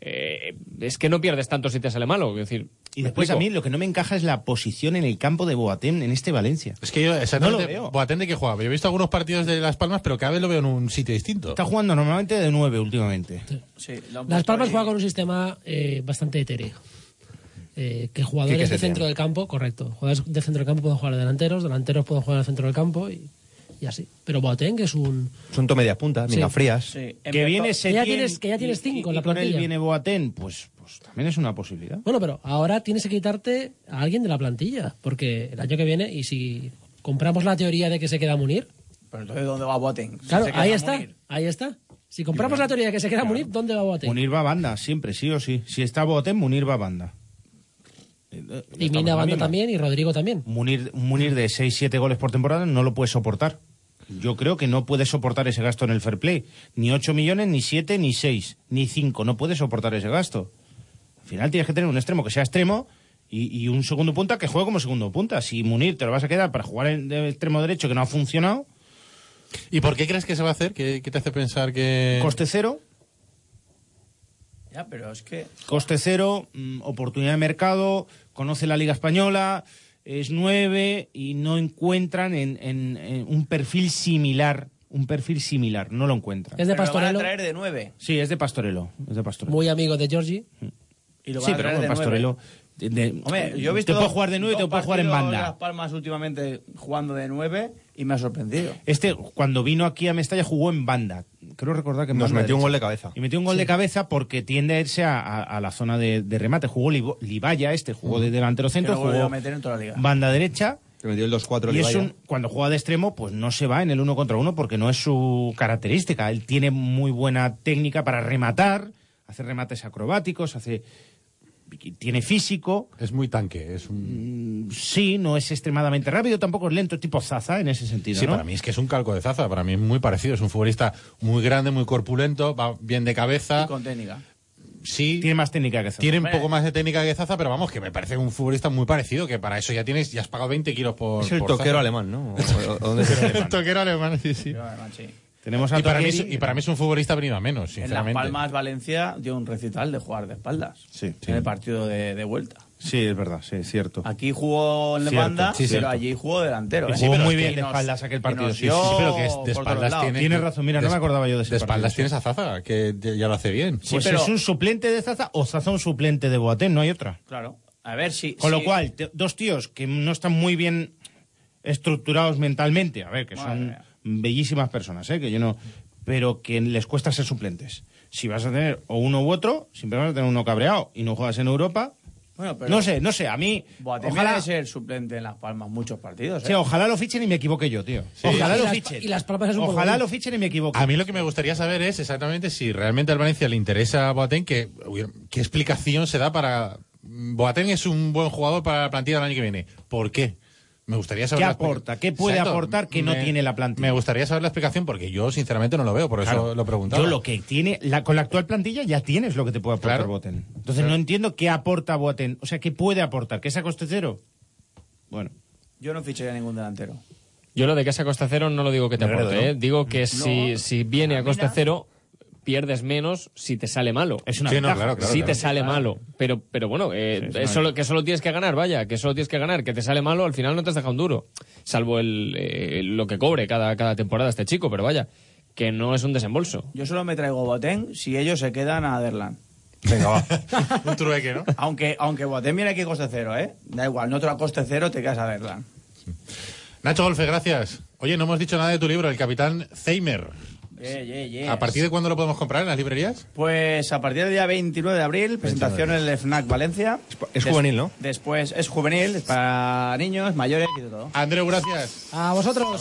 Speaker 5: eh, es que no pierdes tanto si te sale malo. quiero decir,
Speaker 6: Y
Speaker 5: ¿me
Speaker 6: después a
Speaker 5: explico?
Speaker 6: mí lo que no me encaja es la posición en el campo de Boateng en este Valencia.
Speaker 3: Es que yo,
Speaker 6: No
Speaker 3: exactamente,
Speaker 6: lo veo.
Speaker 3: Boateng de que jugaba. Yo he visto algunos partidos de Las Palmas, pero cada vez lo veo en un sitio distinto.
Speaker 6: Está jugando normalmente de 9 últimamente.
Speaker 8: Las Palmas juega con un sistema eh, bastante etéreo. Eh, que
Speaker 6: Que- que
Speaker 8: jugadores
Speaker 6: se
Speaker 8: de centro
Speaker 6: tiene.
Speaker 8: del campo, correcto. Jugadores de centro del campo pueden jugar delanteros, delanteros pueden jugar al centro del campo y, y así. Pero Boateng que es un...
Speaker 4: Son todo medias puntas,
Speaker 8: Sí.
Speaker 4: mega frías.
Speaker 6: Que viene
Speaker 8: Que ya
Speaker 6: Setién
Speaker 8: tienes- que ya tienes
Speaker 6: y-
Speaker 8: cinco
Speaker 6: y-
Speaker 8: en la
Speaker 6: y con él
Speaker 8: plantilla.
Speaker 6: viene Boateng, pues, pues también es una posibilidad.
Speaker 8: Bueno, pero ahora tienes que quitarte a alguien de la plantilla, porque el año que viene, y si compramos la teoría de que se queda Munir,
Speaker 7: Pero entonces, ¿dónde va Boateng? Si
Speaker 8: claro,
Speaker 7: se queda
Speaker 8: ahí está,
Speaker 7: Munir.
Speaker 8: ahí está. Si compramos la teoría de que se queda Munir, ¿dónde va Boateng?
Speaker 6: Munir va a banda, siempre, sí o sí. Si está Boateng, Munir va a banda. Eh,
Speaker 8: y
Speaker 6: estamos
Speaker 8: Mina
Speaker 6: en la
Speaker 8: Banda
Speaker 6: misma.
Speaker 8: también y Rodrigo también.
Speaker 6: Munir, un Munir de 6-7 goles por temporada no lo puede soportar. Yo creo que no puede soportar ese gasto en el fair play. Ni 8 millones, ni 7, ni 6, ni 5. No puede soportar ese gasto. Al final tienes que tener un extremo que sea extremo y, y un segundo punta que juegue como segundo punta. Si Munir te lo vas a quedar para jugar en de extremo derecho que no ha funcionado,
Speaker 3: ¿Y por qué crees que se va a hacer? ¿Qué, qué te hace pensar que...?
Speaker 6: coste cero,
Speaker 7: Ya, pero es que...
Speaker 6: coste cero, mm, oportunidad de mercado, conoce la Liga Española, es nueve y no encuentran en, en- en un perfil similar. Un perfil similar, no lo encuentran.
Speaker 8: Es de
Speaker 7: Pero lo van
Speaker 8: Pastorello,
Speaker 7: a traer de nueve.
Speaker 6: Sí, es de Pastorelo. Es de Pastorelo.
Speaker 8: muy amigo de Giorgi.
Speaker 7: Y lo van
Speaker 6: sí, pero
Speaker 7: a traer
Speaker 6: bueno,
Speaker 7: de nueve.
Speaker 6: Pastorelo. de- de-
Speaker 7: Hombre, yo he visto
Speaker 6: te puede jugar de nueve,
Speaker 7: dos
Speaker 6: te puede jugar en
Speaker 7: partidos de
Speaker 6: banda.
Speaker 7: Las Palmas últimamente jugando de nueve y me ha sorprendido.
Speaker 6: Este, cuando vino aquí a Mestalla, jugó en banda. Creo recordar que en
Speaker 4: Nos
Speaker 6: banda
Speaker 4: metió un
Speaker 6: derecha.
Speaker 4: gol de cabeza.
Speaker 6: Y metió un gol de cabeza porque tiende a irse a, a- a la zona de, de remate. Jugó Livo- Libaya, este, jugó de delantero
Speaker 7: Que
Speaker 6: centro,
Speaker 7: lo Mm. volvió a
Speaker 6: jugó
Speaker 7: meter en toda la liga.
Speaker 6: banda derecha.
Speaker 4: Que metió el 2-4
Speaker 6: Y es
Speaker 4: Olivalla.
Speaker 6: un, cuando juega de extremo, pues no se va en el uno contra uno porque no es su característica. Él tiene muy buena técnica para rematar, hace remates acrobáticos, hace tiene físico.
Speaker 3: Es muy tanque, es un...
Speaker 6: Mm, Sí, no es extremadamente rápido, tampoco es lento, tipo Zaza en ese sentido.
Speaker 3: Sí,
Speaker 6: ¿no?
Speaker 3: para mí es que es un calco de Zaza, para mí es muy parecido. Es un futbolista muy grande, muy corpulento, va bien de cabeza.
Speaker 7: Con técnica.
Speaker 3: Sí,
Speaker 6: Tiene más técnica que Zaza.
Speaker 3: tiene un poco más de técnica que Zaza, pero vamos, que me parece un futbolista muy parecido, que para eso ya tienes, ya has pagado 20 kilos por.
Speaker 4: Es el
Speaker 3: por
Speaker 4: toquero
Speaker 3: Zaza.
Speaker 4: alemán, ¿no? O- o- ¿dónde es el
Speaker 3: el
Speaker 4: alemán?
Speaker 3: toquero alemán, sí, sí.
Speaker 7: Además, sí.
Speaker 6: Tenemos a
Speaker 3: Y para, mí, es-
Speaker 6: Torrieri-
Speaker 3: y para mí es un futbolista venido a menos,
Speaker 7: En Las
Speaker 3: sinceramente.
Speaker 7: Palmas, Valencia dio un recital de jugar de espaldas.
Speaker 6: Sí, sí.
Speaker 7: En el partido de, de vuelta.
Speaker 6: Sí, es verdad, sí, es cierto.
Speaker 7: Aquí jugó en
Speaker 6: Cierto,
Speaker 7: banda,
Speaker 6: sí,
Speaker 7: pero
Speaker 6: cierto.
Speaker 7: allí jugó delantero.
Speaker 6: Y
Speaker 7: ¿eh?
Speaker 6: jugó
Speaker 7: pero
Speaker 6: muy
Speaker 7: es que
Speaker 6: bien de
Speaker 7: nos-
Speaker 6: espaldas aquel
Speaker 7: que
Speaker 6: partido,
Speaker 7: nos
Speaker 6: sí,
Speaker 3: Sí,
Speaker 7: dio
Speaker 3: sí, pero que es
Speaker 7: por
Speaker 3: de
Speaker 7: todos
Speaker 3: espaldas
Speaker 7: lados.
Speaker 3: tiene.
Speaker 6: Tienes razón, mira, no
Speaker 3: de-
Speaker 6: me acordaba yo de ese
Speaker 3: De espaldas
Speaker 6: partido,
Speaker 3: tienes a Zaza, que ya ya lo hace bien.
Speaker 7: Sí,
Speaker 6: pues
Speaker 7: pero-
Speaker 6: es un suplente de Zaza o Zaza un suplente de Boateng, no hay otra.
Speaker 7: Claro. A ver si.
Speaker 6: Con lo
Speaker 7: si-
Speaker 6: cual, te- dos tíos que no están muy bien estructurados mentalmente, a ver, que
Speaker 7: Madre
Speaker 6: son
Speaker 7: mía.
Speaker 6: bellísimas personas, ¿eh? que yo no, pero que les cuesta ser suplentes. Si vas a tener o uno u otro, siempre vas a tener uno cabreado y no juegas en Europa,
Speaker 7: pero-
Speaker 6: No sé, no sé. A mí.
Speaker 7: Boateng
Speaker 6: ojalá-
Speaker 7: debe ser suplente en Las Palmas muchos partidos. ¿eh?
Speaker 6: Sí, ojalá lo fichen y me equivoque yo, tío.
Speaker 3: Sí.
Speaker 6: Ojalá
Speaker 3: Y
Speaker 6: lo
Speaker 3: las-
Speaker 6: fichen.
Speaker 3: y Las Palmas es un
Speaker 6: Ojalá
Speaker 3: poco-
Speaker 6: lo fichen y me equivoque.
Speaker 3: A mí lo que me gustaría saber es exactamente si realmente al Valencia le interesa a Boateng, que, uy, qué explicación se da para... Boateng es un buen jugador para la plantilla del año que viene. ¿Por qué? Me gustaría saber...
Speaker 6: ¿Qué
Speaker 3: la explica-
Speaker 6: aporta? ¿Qué puede aportar que no tiene la plantilla?
Speaker 3: Me gustaría saber la explicación porque yo sinceramente no lo veo, por
Speaker 6: Claro.
Speaker 3: eso lo preguntaba.
Speaker 6: Yo lo que tiene, la- con la actual plantilla ya tienes lo que te puede aportar
Speaker 3: Claro.
Speaker 6: Boateng. Entonces
Speaker 3: Claro.
Speaker 6: no entiendo qué aporta Boateng. O sea, ¿qué puede aportar? ¿Que es a coste cero?
Speaker 7: Yo no ficharía ningún delantero.
Speaker 5: Yo lo de que es a coste cero no lo digo que te
Speaker 7: Me
Speaker 5: aporte,
Speaker 7: alegro, ¿no?
Speaker 5: ¿eh? digo que si, si viene a coste cero pierdes menos si te sale malo.
Speaker 6: Es una Sí, no, ventaja. claro, claro,
Speaker 5: si
Speaker 6: claro.
Speaker 5: te sale malo, pero pero bueno, eh,
Speaker 6: es
Speaker 5: eh,
Speaker 6: una
Speaker 5: solo- que solo tienes que ganar, vaya, que solo tienes que ganar, que te sale malo, al final no te has dejado un duro, salvo el, eh, lo que cobre cada cada temporada este chico, pero vaya, que no es un desembolso.
Speaker 7: Yo solo me traigo Boateng si ellos se quedan a Derland.
Speaker 3: Venga, va. un trueque, ¿no?
Speaker 7: Aunque, aunque Boateng viene aquí a coste cero, ¿eh? Da igual, no te lo a coste cero, te quedas a Derland.
Speaker 3: Nacho Golfe, gracias. Oye, no hemos dicho nada de tu libro, El Capitán Zeimer.
Speaker 7: Yeah, yeah, yeah.
Speaker 3: ¿A partir de cuándo lo podemos comprar en las librerías?
Speaker 7: Pues a partir del día 29 de abril, presentación en el FNAC Valencia.
Speaker 3: es juvenil, ¿no?
Speaker 7: Después es juvenil, es para niños, mayores y de todo.
Speaker 3: Andreu, gracias.
Speaker 8: A vosotros.